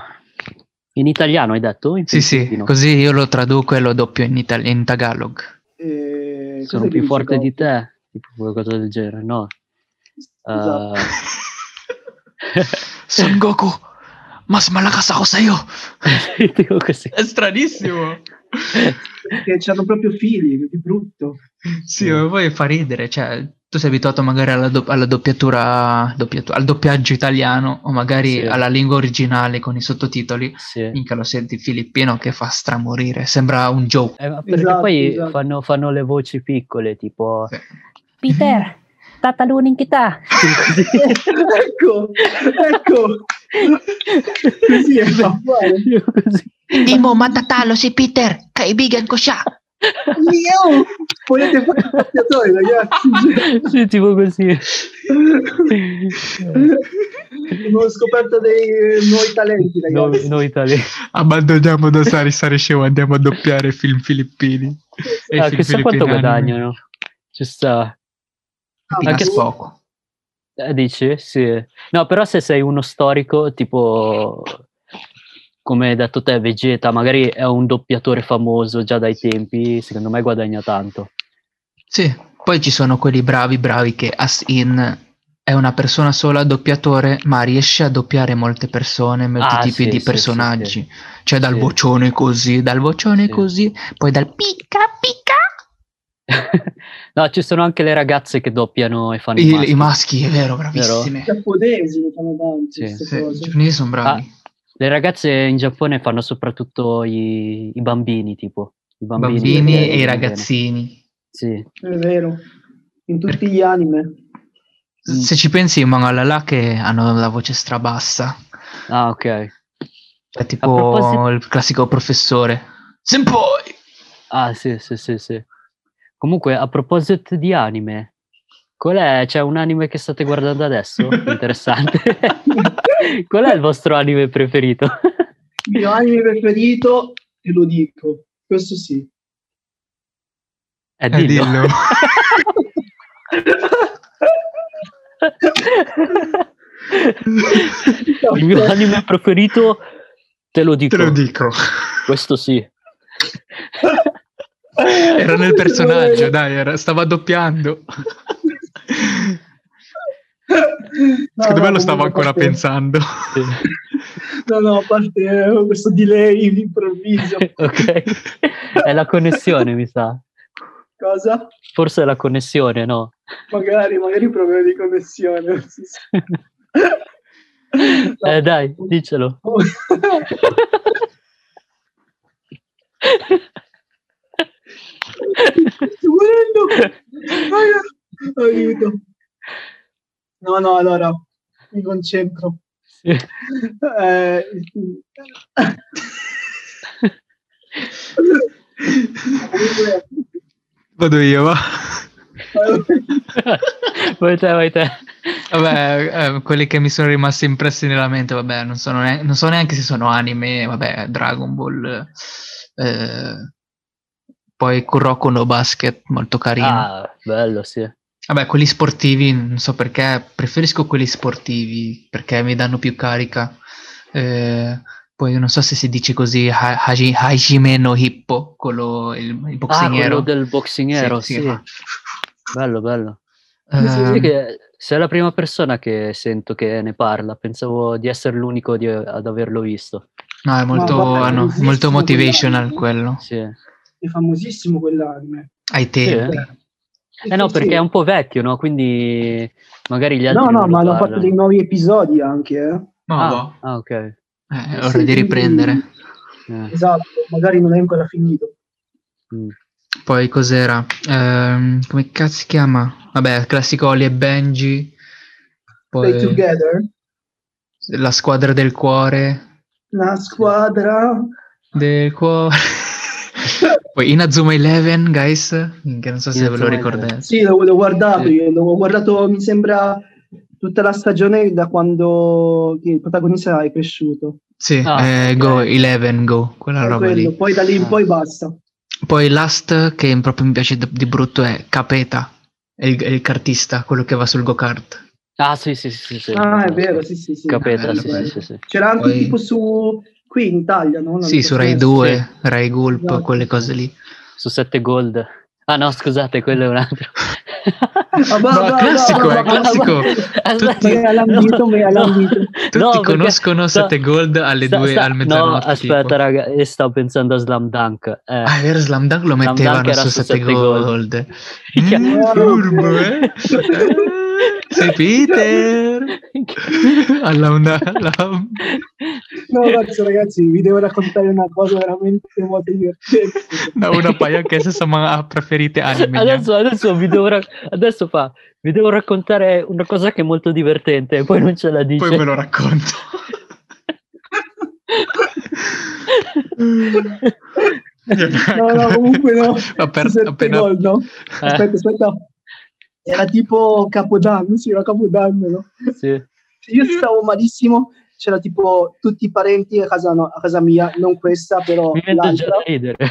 In italiano hai detto? In Sì, sì, filippino? così io lo traduco e lo doppio in, ital- in Tagalog. Eh, cos'è Sono che più dice forte dopo? di te, tipo qualcosa del genere, no? Esatto. Eh, Son Goku, mas malakas ako sa'yo. dico così. È stranissimo. Perché c'hanno proprio fili, di brutto. Sì, ma poi fa ridere, cioè tu sei abituato magari alla, do- alla doppiatura, doppiatura- al doppiaggio italiano o magari Sì. alla lingua originale con i sottotitoli. Sì. Minchia lo senti filippino che fa stramorire, sembra un joke. Eh, ma perché Esatto, poi esatto. Fanno, fanno le voci piccole, tipo... Sì. Peter, tatalunin kita. ecco, ecco. Così è fa fare. Io così. Hindi mo matatalo si Peter. Kaibigan ko siya. Io! Volete fare il doppiatore, ragazzi? Sì, tipo così. Ho scoperto dei eh, nuovi talenti, Noi, ragazzi. noi italiani. Abbandoniamo da Sari Sari Show, andiamo a doppiare film filippini. E Ah, film chissà quanto filippini anime. guadagnano. Ci sta. Ah, Fino a anche- sfogo. Eh, dici? Sì. No, però se sei uno storico, tipo come hai detto te, Vegeta, magari è un doppiatore famoso già dai tempi, secondo me guadagna tanto. Sì, poi ci sono quelli bravi bravi che as in è una persona sola doppiatore, ma riesce a doppiare molte persone, molti Ah, tipi sì, di sì, personaggi. sì, Cioè dal Sì. vocione così, dal vocione Sì. così, poi dal picca picca no, ci sono anche le ragazze che doppiano e fanno I, i i maschi. maschi. è vero, bravissime. I giapponesi ne fanno tanti, Sì, queste Sì, I cose. giapponesi sono bravi. Le ragazze in Giappone fanno soprattutto i, i bambini, tipo. I I bambini, Bambini eh, e i bene. ragazzini. Sì. È vero. In tutti gli anime. Mm. Se ci pensi, i Mangalala che hanno la voce strabassa. Ah, ok. Cioè, tipo proposito- il classico professore. Senpoi! Ah, sì, sì, sì, sì. Comunque, a proposito di anime, qual è? C'è un anime che state guardando adesso? Interessante. qual è il vostro anime preferito? Il mio anime preferito, e lo dico, questo sì. Eh, Eh, dillo. dillo. il mio anime preferito, te lo dico. Te lo dico. Questo sì. Era nel personaggio, dai, era- stava doppiando. Secondo me lo stavo ancora pensando. No, no, a parte eh, questo delay improvviso. ok. È la connessione, mi sa. Cosa? Forse è la connessione, no? Magari, magari problema di connessione. non si sa. No. Eh, dai, dicelo. Sto morendo. Raga, Aiuto. No, no, allora, mi concentro. Eh, comunque, Vado io, va. vai te, vai te. Vabbè, eh, quelli che mi sono rimasti impressi nella mente, vabbè, non, sono ne- non so neanche se sono anime, vabbè, Dragon Ball, eh, poi Kuroko no Basket, molto carino. Ah, bello, sì. Vabbè, quelli sportivi, non so perché, preferisco quelli sportivi perché mi danno più carica. Eh, poi non so se si dice così, ha- Haji- Hajime no Hippo, quello, il, il Ah, boxinghiero. quello del boxinghiero, Sì, sì. sì. Bello, bello. Eh, Sì, che sei la prima persona che sento che ne parla. Pensavo di essere l'unico di- ad averlo visto. no, è molto, Ma guarda, ah, no, esiste molto un motivational anime. quello, Sì. è famosissimo quell'anime. ai tempi. eh. Eh no, perché è un po' vecchio, no? Quindi magari gli altri No, no, non lo ma hanno parlano. fatto dei nuovi episodi anche, eh. Ma Ah, boh, ah, ok. eh, Eh. è Sì, ora di quindi- riprendere. Eh, Esatto, magari non è ancora finito. Mm. Poi cos'era? Ehm, come cazzo si chiama? Vabbè, classico Oli e Benji, Play poi Together, la squadra del cuore. la squadra... del cuore. Poi Inazuma Eleven, guys, che non so se ve lo Inazuma ricordate. Sì, l'ho, l'ho guardato, Sì. io, l'ho guardato, mi sembra, tutta la stagione da quando che il protagonista è cresciuto. Sì, Ah, eh, ok. Go, Eleven, Go, quella È roba quello, lì. Poi da lì in Ah. poi basta. Poi Last, che proprio mi piace d- di brutto, è Capeta, è il, è il cartista, quello che va sul go-kart. Ah, sì, sì, sì, sì, sì. Ah, è vero, sì, sì, sì. Capeta, Ah, sì, bello, sì, sì, sì. C'era anche Poi- tipo su... qui in Italia, no? Sì, su Rai 2, Rai Gulp, Esatto. quelle cose lì. Su 7 gold. Ah no, scusate, quello è un altro. Ah, No, classico, è classico. Aspetta, Mi ha lambito, mi ha no, lambito. Tutti no, perché- conoscono sta- 7 Gold alle sta- 2 sta- al No, mezzanotte. tipo. aspetta, raga, io stavo pensando a Slam Dunk. Eh, Ah, è vero, Slam Dunk lo Slam Dunk mettevano era su su 7 Sette Gold. Gold. Minchia. Mm, furbo, eh? Sei Peter! Alla una... alla- No, ragazzi, ragazzi, vi devo raccontare una cosa veramente molto divertente. da una paio che se sono preferite anime. Adesso, adesso, vi devo rac- adesso fa, vi devo raccontare una cosa che è molto divertente e poi non ce la dice. Poi ve lo racconto. No, no, comunque no. Ho per- Sette appena- Eh. gol, no? Eh, Aspetta, aspetta. Era tipo Capodanno, sì, era Capodanno, no? Sì. Io stavo malissimo, c'era tipo tutti i parenti a casa, no, a casa mia, non questa, però Mi metto già l'altra, da ridere.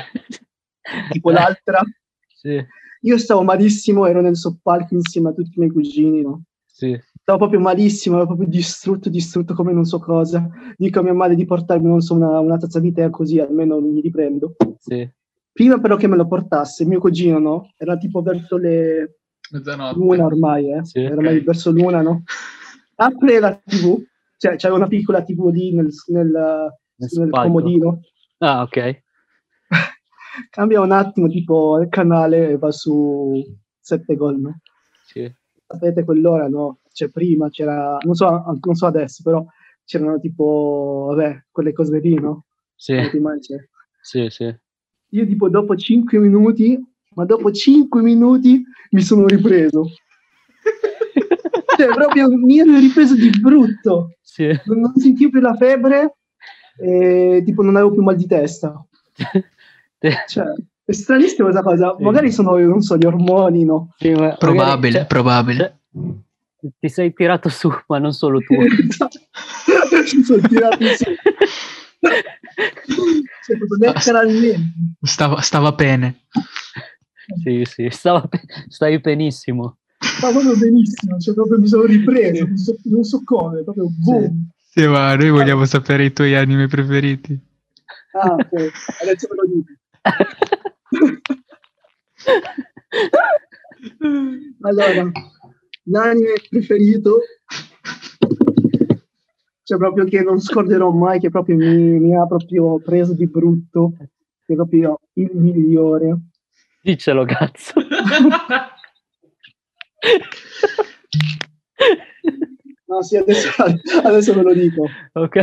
tipo l'altra. Sì, Io stavo malissimo, ero nel soppalco insieme a tutti i miei cugini, no? sì. Stavo proprio malissimo, ero proprio distrutto, distrutto come non so cosa. Dico a mia madre di portarmi, non so, una, una tazza di tè così almeno mi riprendo. Sì. Prima però che me lo portasse, mio cugino, no? Era tipo verso le l'una Mezzanotte. ormai, eh? Sì, era ok. mai verso l'una, no? Apre la TV, cioè c'era una piccola TV lì nel, nel- Nel nel spalco. comodino. Ah, ok. Cambia un attimo tipo il canale e va su 7 gol, no? Sì. Sapete quell'ora, no? Cioè prima c'era, non so, non so adesso, però c'erano tipo, vabbè, quelle cose lì, no? Che Sì, ti mangi. sì, sì. Io tipo dopo 5 minuti, ma dopo 5 minuti mi sono ripreso. Cioè proprio mi ero ripreso di brutto. Sì. non, non sentivo più la febbre e tipo non avevo più mal di testa. Cioè, è stranissima questa cosa. Sì. Magari sono, non so, gli ormoni, no? Sì, ma magari- Probabile, cioè- probabile. cioè, ti sei tirato su, ma non solo tu. Ci sono tirati su. Cioè, proprio letteralmente. Stava, stava bene. sì, sì, stava pe- stavi benissimo. Ma proprio benissimo. Cioè, proprio mi sono ripreso. Non so, non so come, proprio boom. Sì, ma noi vogliamo sapere i tuoi anime preferiti. Ah, ok. Adesso ve lo dico. Allora, l'anime preferito, cioè proprio che non scorderò mai, che proprio mi, mi ha proprio preso di brutto, che è proprio il migliore. Diccelo, cazzo. No, sì, adesso, adesso ve lo dico. ok.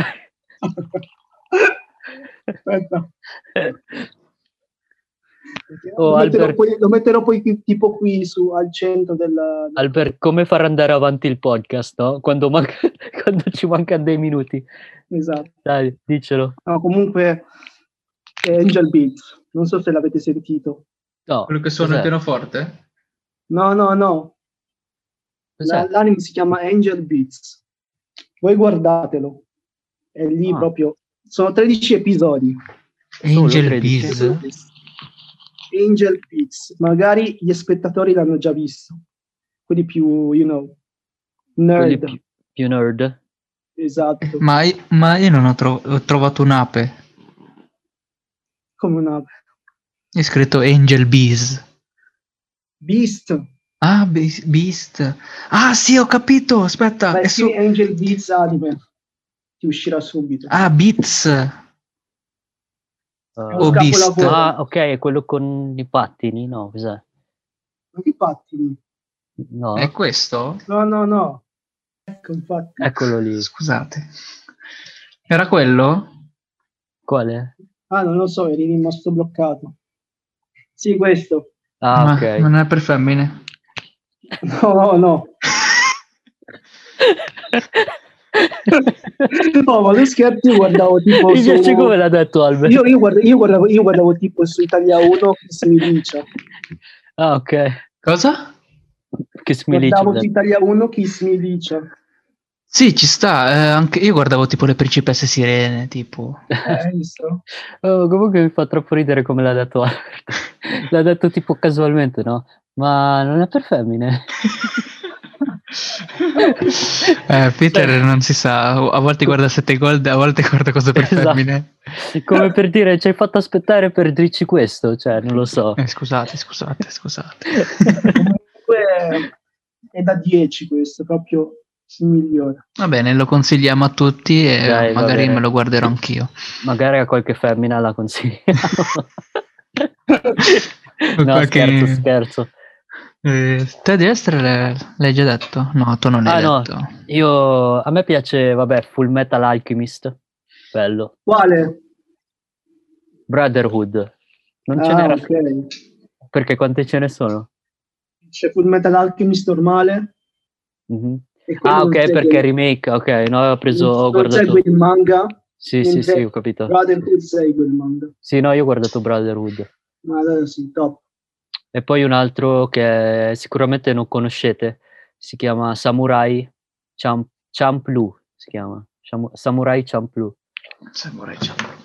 Aspetta. Oh, lo, metterò Albert. poi, lo metterò poi qui- tipo qui su, al centro del... Albert, come far andare avanti il podcast, no? Quando, manca- quando ci mancano dei minuti. Esatto. Dai, dicelo. No, comunque è Angel Beats, non so se l'avete sentito. No, Quello che suona il cos'è? pianoforte? No, no, no, Cos'è? Esatto. La- l'anime si chiama Angel Beats. Voi guardatelo. È lì Ah. proprio... Sono 13 episodi. Solo Angel 13. Beats. Angel Beats. Magari gli spettatori l'hanno già visto. Quelli più, you know, Quelli nerd. più, più nerd. Esatto. Ma, ma io non ho, tro- ho trovato un'ape. Come una È scritto Angel Bees. Beast. Ah, Be- Beast. Ah, sì, ho capito. Aspetta. Ma è su- sì, Angel Beats anime. Ti uscirà subito. Ah, Beats. Uh, Un Oh. Ho visto. capolavoro. ah, ok, è quello con i pattini, no? Cos'è? Ma che pattini? No, È questo? No, no, no. Ecco, infatti. eccolo lì. Scusate. Era quello? Quale? Ah, non lo so, eri rimasto bloccato. Sì, questo. Ah, Ma ok. Non è per femmine. No, no, no. No, ma lo scherzo, io guardavo tipo Mi piace su- come l'ha detto Albert. Io, io guarda- io guardavo, io guardavo tipo su Italia 1 che si mi dice. Ah, ok. Cosa? Che smilicia. Guardavo su Italia 1 che si mi dice. Sì, ci sta. eh, anche io guardavo tipo le principesse sirene, tipo. Eh, visto? Oh, comunque mi fa troppo ridere come l'ha detto Albert. l'ha detto tipo casualmente, no? Ma non è per femmine. Eh, Peter non si sa, a volte guarda 7 gol, a volte guarda cose per Esatto. femmine. Come per dire, ci hai fatto aspettare per dirci questo, cioè, non lo so. Eh, scusate, scusate, scusate. Comunque è da 10 questo, proprio si migliora. Va bene, lo consigliamo a tutti e Dai, va magari bene. me lo guarderò anch'io. Magari a qualche femmina la consiglio. no, Qualche- scherzo, scherzo. Eh, te di essere le- l'hai già detto? No, tu non l'hai Ah, no. detto. Io, a me piace, vabbè, Full Metal Alchemist. Bello. Quale? Brotherhood. Non ce Ah, n'era ok. perché quante ce ne sono? C'è Full Metal Alchemist normale. Mhm. e quello Ah, non ok, segue- perché remake. Ok, no, ho preso, ho non guardato. segue il manga, Sì, sì, non sì, segue- ho capito. Brotherhood segue il manga. Sì, no, io ho guardato Brotherhood. Ma allora sì, top. E poi un altro che sicuramente non conoscete, si chiama Samurai Champ- Champloo, si chiama. Chamu- Samurai Champloo. Samurai Champloo.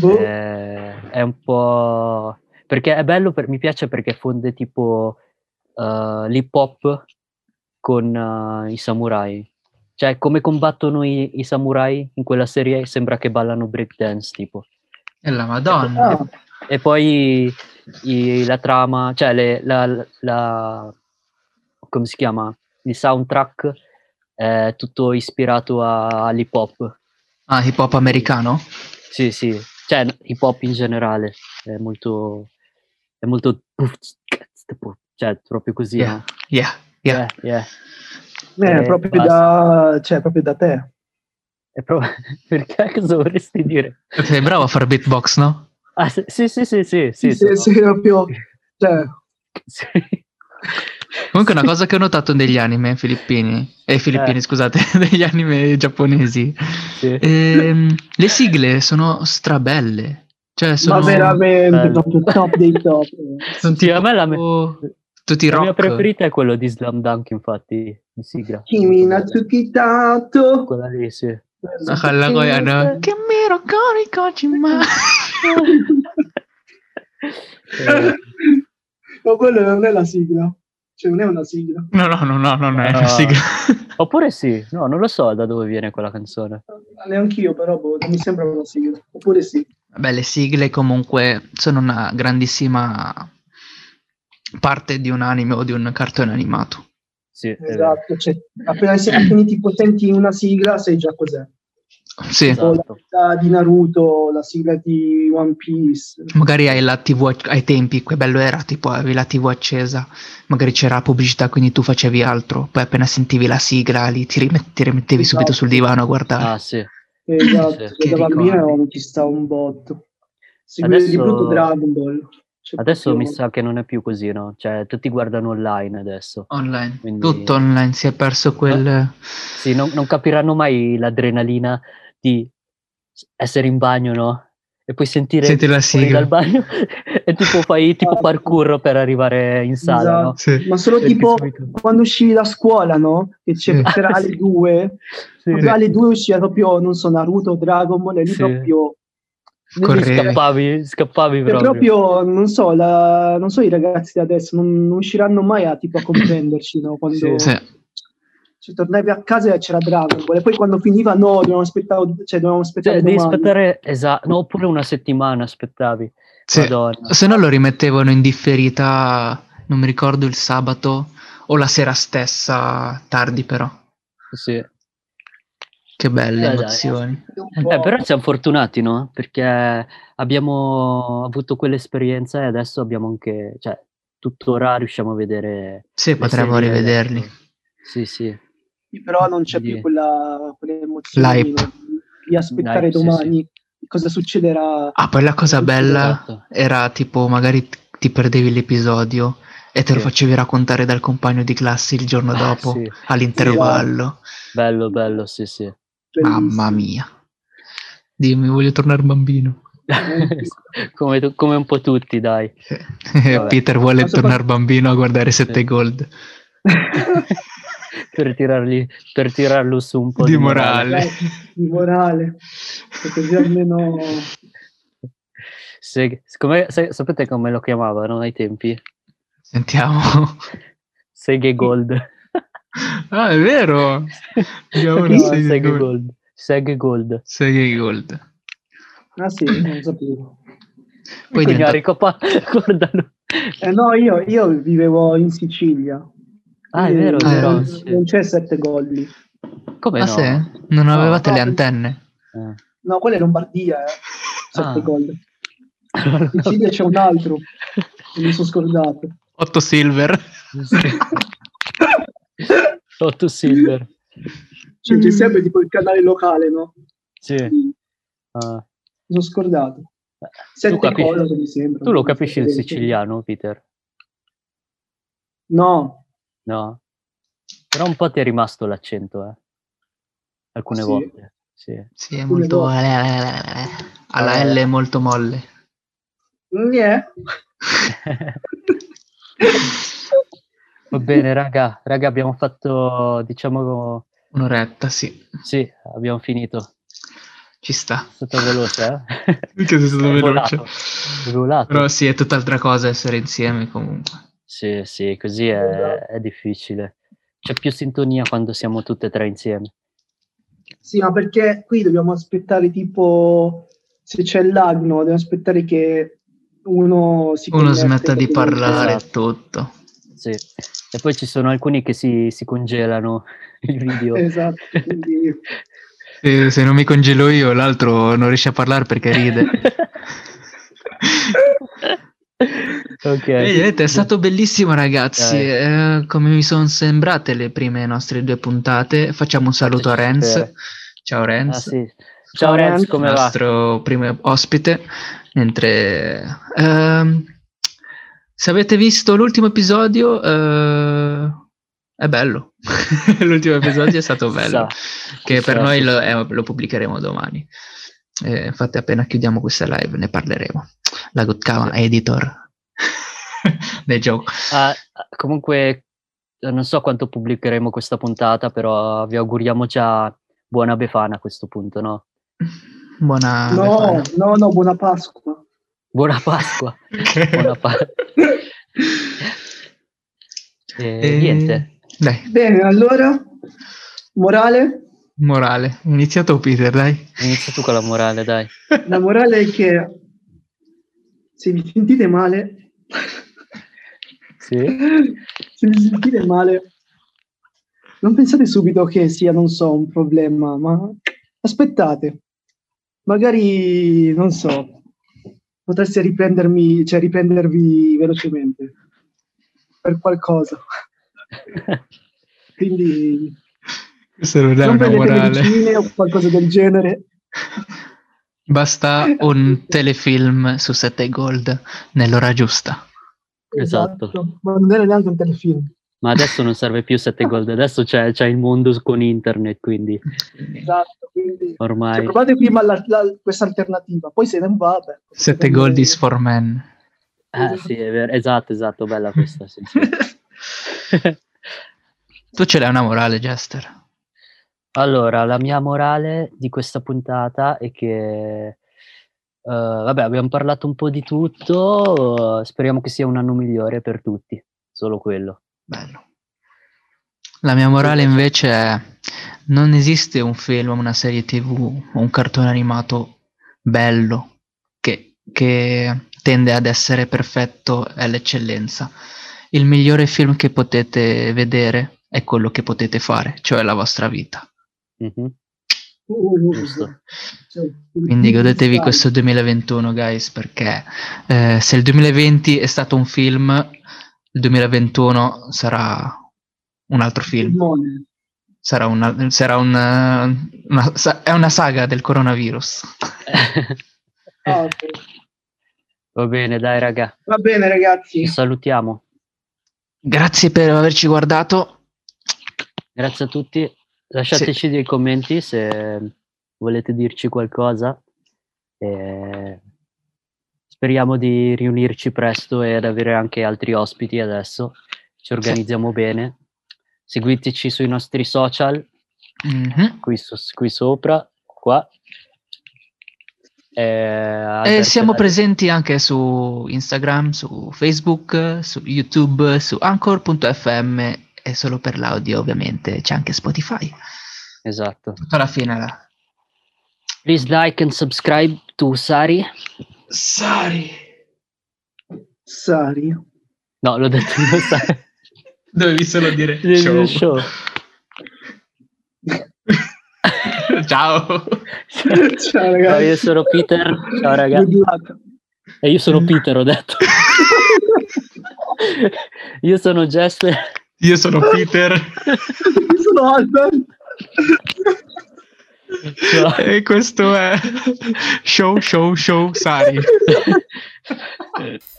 Boh, Eh, è un po' perché è bello per- mi piace perché fonde tipo eh, l'hip hop con eh, i samurai cioè come combattono i, i samurai in quella serie sembra che ballano breakdance tipo E la Madonna. Oh. ah, e poi i- la trama cioè le- la, la- come si chiama il soundtrack è tutto ispirato a- all'hip hop Ah, hip hop americano? Sì, sì, cioè n- hip hop in generale è molto, è molto, cioè proprio così, Yeah, no? yeah, yeah. Eh, yeah. eh, eh, proprio, basta. da, cioè, proprio da te. È pro- perché cosa vorresti dire? Sei bravo a fare beatbox, no? Ah, s- sì, sì, sì, sì, sì, Sì, sono- sì, proprio... Cioè, sì. Comunque una cosa che ho notato negli anime filippini, eh, filippini scusate, negli anime giapponesi, Sì. ehm, le sigle sono strabelle. Cioè sono... Ma veramente, bello. proprio top dei top. Sono Sì, a me la, me- tipo tutti la mia rock. preferita è quello di Slam Dunk, infatti, di sigla. Kimi Natsuki Tato. Quella lì, sì. Ah, quella coi- ah, no. Che mero cori kojima. Eh, Ma quello non è la sigla. Cioè, non è una sigla. No, no, no, no, no, no, è una Ah. sigla. oppure sì, no, non lo so da dove viene quella canzone. Neanch'io, però, boh, non mi sembra una sigla. Oppure sì. Eh. Vabbè, le sigle comunque sono una grandissima parte di un anime o di un cartone animato. Sì, è vero. Esatto, cioè, appena, si- appena ti senti una sigla sai già cos'è. Sì, Esatto. La di Naruto, la sigla di One Piece. magari hai la TV ac- ai tempi, che bello era, tipo avevi la TV accesa, magari c'era pubblicità, quindi tu facevi altro, poi appena sentivi la sigla lì ti, rimet- ti rimettevi subito Esatto. sul divano a guardare. Ah, sì. Esatto, Sì, cioè, che da bambina ricordi. non ci sta un botto. Seguire di Adesso- brutto Dragon Ball. Cioè, C'è Adesso proprio- mi sa che non è più così, no? Cioè, tutti guardano online adesso. Online, Quindi- tutto online, si è perso quel... Sì, non, non capiranno mai l'adrenalina di s- essere in bagno, no? E poi sentire Senti la fuori sigla. dal bagno e tipo fai tipo parkour per arrivare in sala, no? Esatto. Sì. Ma solo Sì, tipo subito. quando uscivi da scuola, no? Che c'è Sì. per Ah, alle sì. due, proprio Sì. alle due usciva proprio, non so, Naruto, Dragon Ball, e lì Sì. proprio... Lì Correre. Scappavi, scappavi Cioè, proprio. proprio, non so, la- non so i ragazzi di adesso, non, non usciranno mai a, tipo, a comprenderci, no? Quando Sì, Sì. cioè, tornavi a casa e c'era Dragon Ball, e poi quando finiva, no, dovevamo aspettare, cioè, dovevamo aspettare Cioè, devi domani. aspettare, esatto, no, oppure una settimana aspettavi. Sì. Madonna. Se no lo rimettevano in differita, non mi ricordo, il sabato o la sera stessa, tardi però. Sì. Che belle Eh, dai. emozioni. Un po'. Eh, però siamo fortunati, no? Perché abbiamo avuto quell'esperienza e adesso abbiamo anche, cioè, tuttora riusciamo a vedere. Sì, le potremmo serie, rivederli. ecco. Sì, sì. Sì, però non c'è più Sì. quella, quelle emozioni L'hype. no? di aspettare L'hype, sì, domani cosa succederà. Ah, poi la cosa bella Esatto. era tipo, magari t- ti perdevi l'episodio e te lo Sì. facevi raccontare dal compagno di classe il giorno Ah, dopo, sì. all'intervallo. Bello, bello, sì, sì. Mamma mia. Dimmi, voglio tornare bambino. come, tu- come un po' tutti, dai. Vabbè. Eh, Peter vuole Ma sopra- tornare bambino a guardare 7 Sì. gold. per, tirarli, per tirarlo su un po' Di morale. Dai, di morale, perché così almeno Se- come- se- sapete come lo chiamavano ai tempi? Sentiamo. Seghe Gold. Ah, è vero. Abbiamo una No, Sega Sega Gold. Gold. Sega Gold. Sega Gold. ah sì, non sapevo. Poi Quindi diventa- Enrico pa- guardalo. Eh, no, io, io vivevo in Sicilia. Ah, è Quindi vero, è Ah, vero, non, sì. non c'è sette gol lì. Come Ah, no? sì? Non avevate le no. antenne? Eh. No, quella è Lombardia, eh. sette Ah. gol. In Sicilia c'è un altro, mi sono scordato. 8 silver. Otto Silver. Cioè, c'è sempre tipo il canale locale, no? Sì. Mi Ah. sono scordato. Sette Tu, capisci- gol, mi sembra. tu lo capisci il Sette- siciliano, Peter? No, No? Però un po' ti è rimasto l'accento, eh? Alcune Sì. volte. Sì. Sì, è molto... eh, Alla L è molto molle. niente. Va bene, raga, raga, abbiamo fatto, diciamo, Un'oretta, sì. sì, abbiamo finito. È Ci sta. stato veloce, eh? Minchia, sei stato È veloce. volato. È volato. Però sì, è tutt'altra cosa essere insieme comunque. Sì, sì, così è, è difficile. C'è più sintonia quando siamo tutte e tre insieme. Sì, ma perché qui dobbiamo aspettare tipo se c'è il lag, no? Dobbiamo aspettare che uno si Uno connette, smetta di perché- parlare Esatto. tutto. Sì. E poi ci sono alcuni che si, si congelano il video. Ah, Esatto, quindi Se, se non mi congelo io, l'altro non riesce a parlare perché ride. ok. E niente, è stato bellissimo ragazzi, Eh, come mi sono sembrate le prime nostre due puntate, facciamo un saluto a Fateci Renz, sapere. ciao Ah, Renz, sì. Ciao Renz, come il va? nostro primo ospite, mentre ehm, se avete visto l'ultimo episodio eh, è bello, l'ultimo episodio è stato bello, che per sa, noi sì, lo, sì. eh, lo pubblicheremo domani, Eh, infatti appena chiudiamo questa live ne parleremo, la Gotkama Editor. Dei joke. Ah, comunque, non so quanto pubblicheremo questa puntata, però vi auguriamo già buona Befana a questo punto, no? Buona no, Befana. no, no, buona Pasqua. Buona Pasqua! buona Pasqua. E Eh, niente. Dai, Bene, allora morale, morale. Inizia tu, Peter, dai. Inizia tu con la morale, dai. la morale è che se vi sentite male, Sì. se vi sentite male, non pensate subito che sia, non so, un problema, ma aspettate. Magari, non so, potreste riprendermi, cioè riprendervi velocemente per qualcosa. Quindi Questa non è non una prendete morale. medicine o qualcosa del genere. Basta un telefilm su 7 Gold nell'ora giusta. Esatto. Ma non era neanche un telefilm. Ma adesso non serve più 7 gold, adesso c'è, c'è il mondo con internet, quindi Esatto, quindi cioè, ormai... provate prima la- la- questa alternativa, poi se non va, beh, 7 Gold is for men. Ah, sì, è vero. Esatto, esatto, bella questa. Sì, sì. tu ce l'hai una morale, Jester. Allora, la mia morale di questa puntata è che, eh, vabbè, abbiamo parlato un po' di tutto, eh, speriamo che sia un anno migliore per tutti, solo quello. Bello. La mia morale invece è non esiste un film, una serie tv o un cartone animato bello che, che tende ad essere perfetto, è l'eccellenza. Il migliore film che potete vedere è quello che potete fare, cioè la vostra vita. Mhm, Uh, giusto. cioè, Quindi godetevi dai. questo 2021, guys, perché eh, se il 2020 è stato un film, il 2021 sarà un altro film. Filmone. Sarà una, sarà una, una- sa- è una saga del coronavirus. Eh. Ah, ok. Va bene, dai raga, Va bene ragazzi, ci salutiamo. Grazie per averci guardato. Grazie a tutti, lasciateci dei commenti se volete dirci qualcosa. e Speriamo di riunirci presto ed avere anche altri ospiti adesso. Ci organizziamo bene. Seguiteci sui nostri social, Mhm. qui, so- qui sopra, qua. Eh, E Albert, siamo dai. presenti anche su Instagram, su Facebook, su YouTube, su anchor.fm e solo per l'audio ovviamente c'è anche Spotify. Esatto. Tutto alla fine là. Please like and subscribe to Sari. Sorry. Sari. No, l'ho detto io, Sari. Dovevi solo dire Nel mio show. Ciao. Ciao Ciao, ragazzi. io sono Peter. Ciao Ah, ragazzi. Good luck. E io sono Peter, ho detto. io sono Jester. Io sono Peter. Io sono Albert. Ciao. e questo è Show Show Show Sari.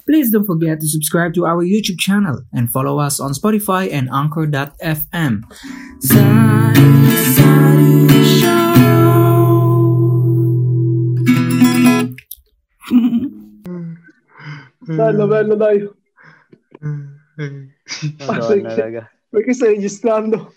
Please don't forget to subscribe to our YouTube channel and follow us on Spotify and Anchor.fm. Sari, Sari Show. Bello, bello, dai. Madonna, raga. Perché stai registrando?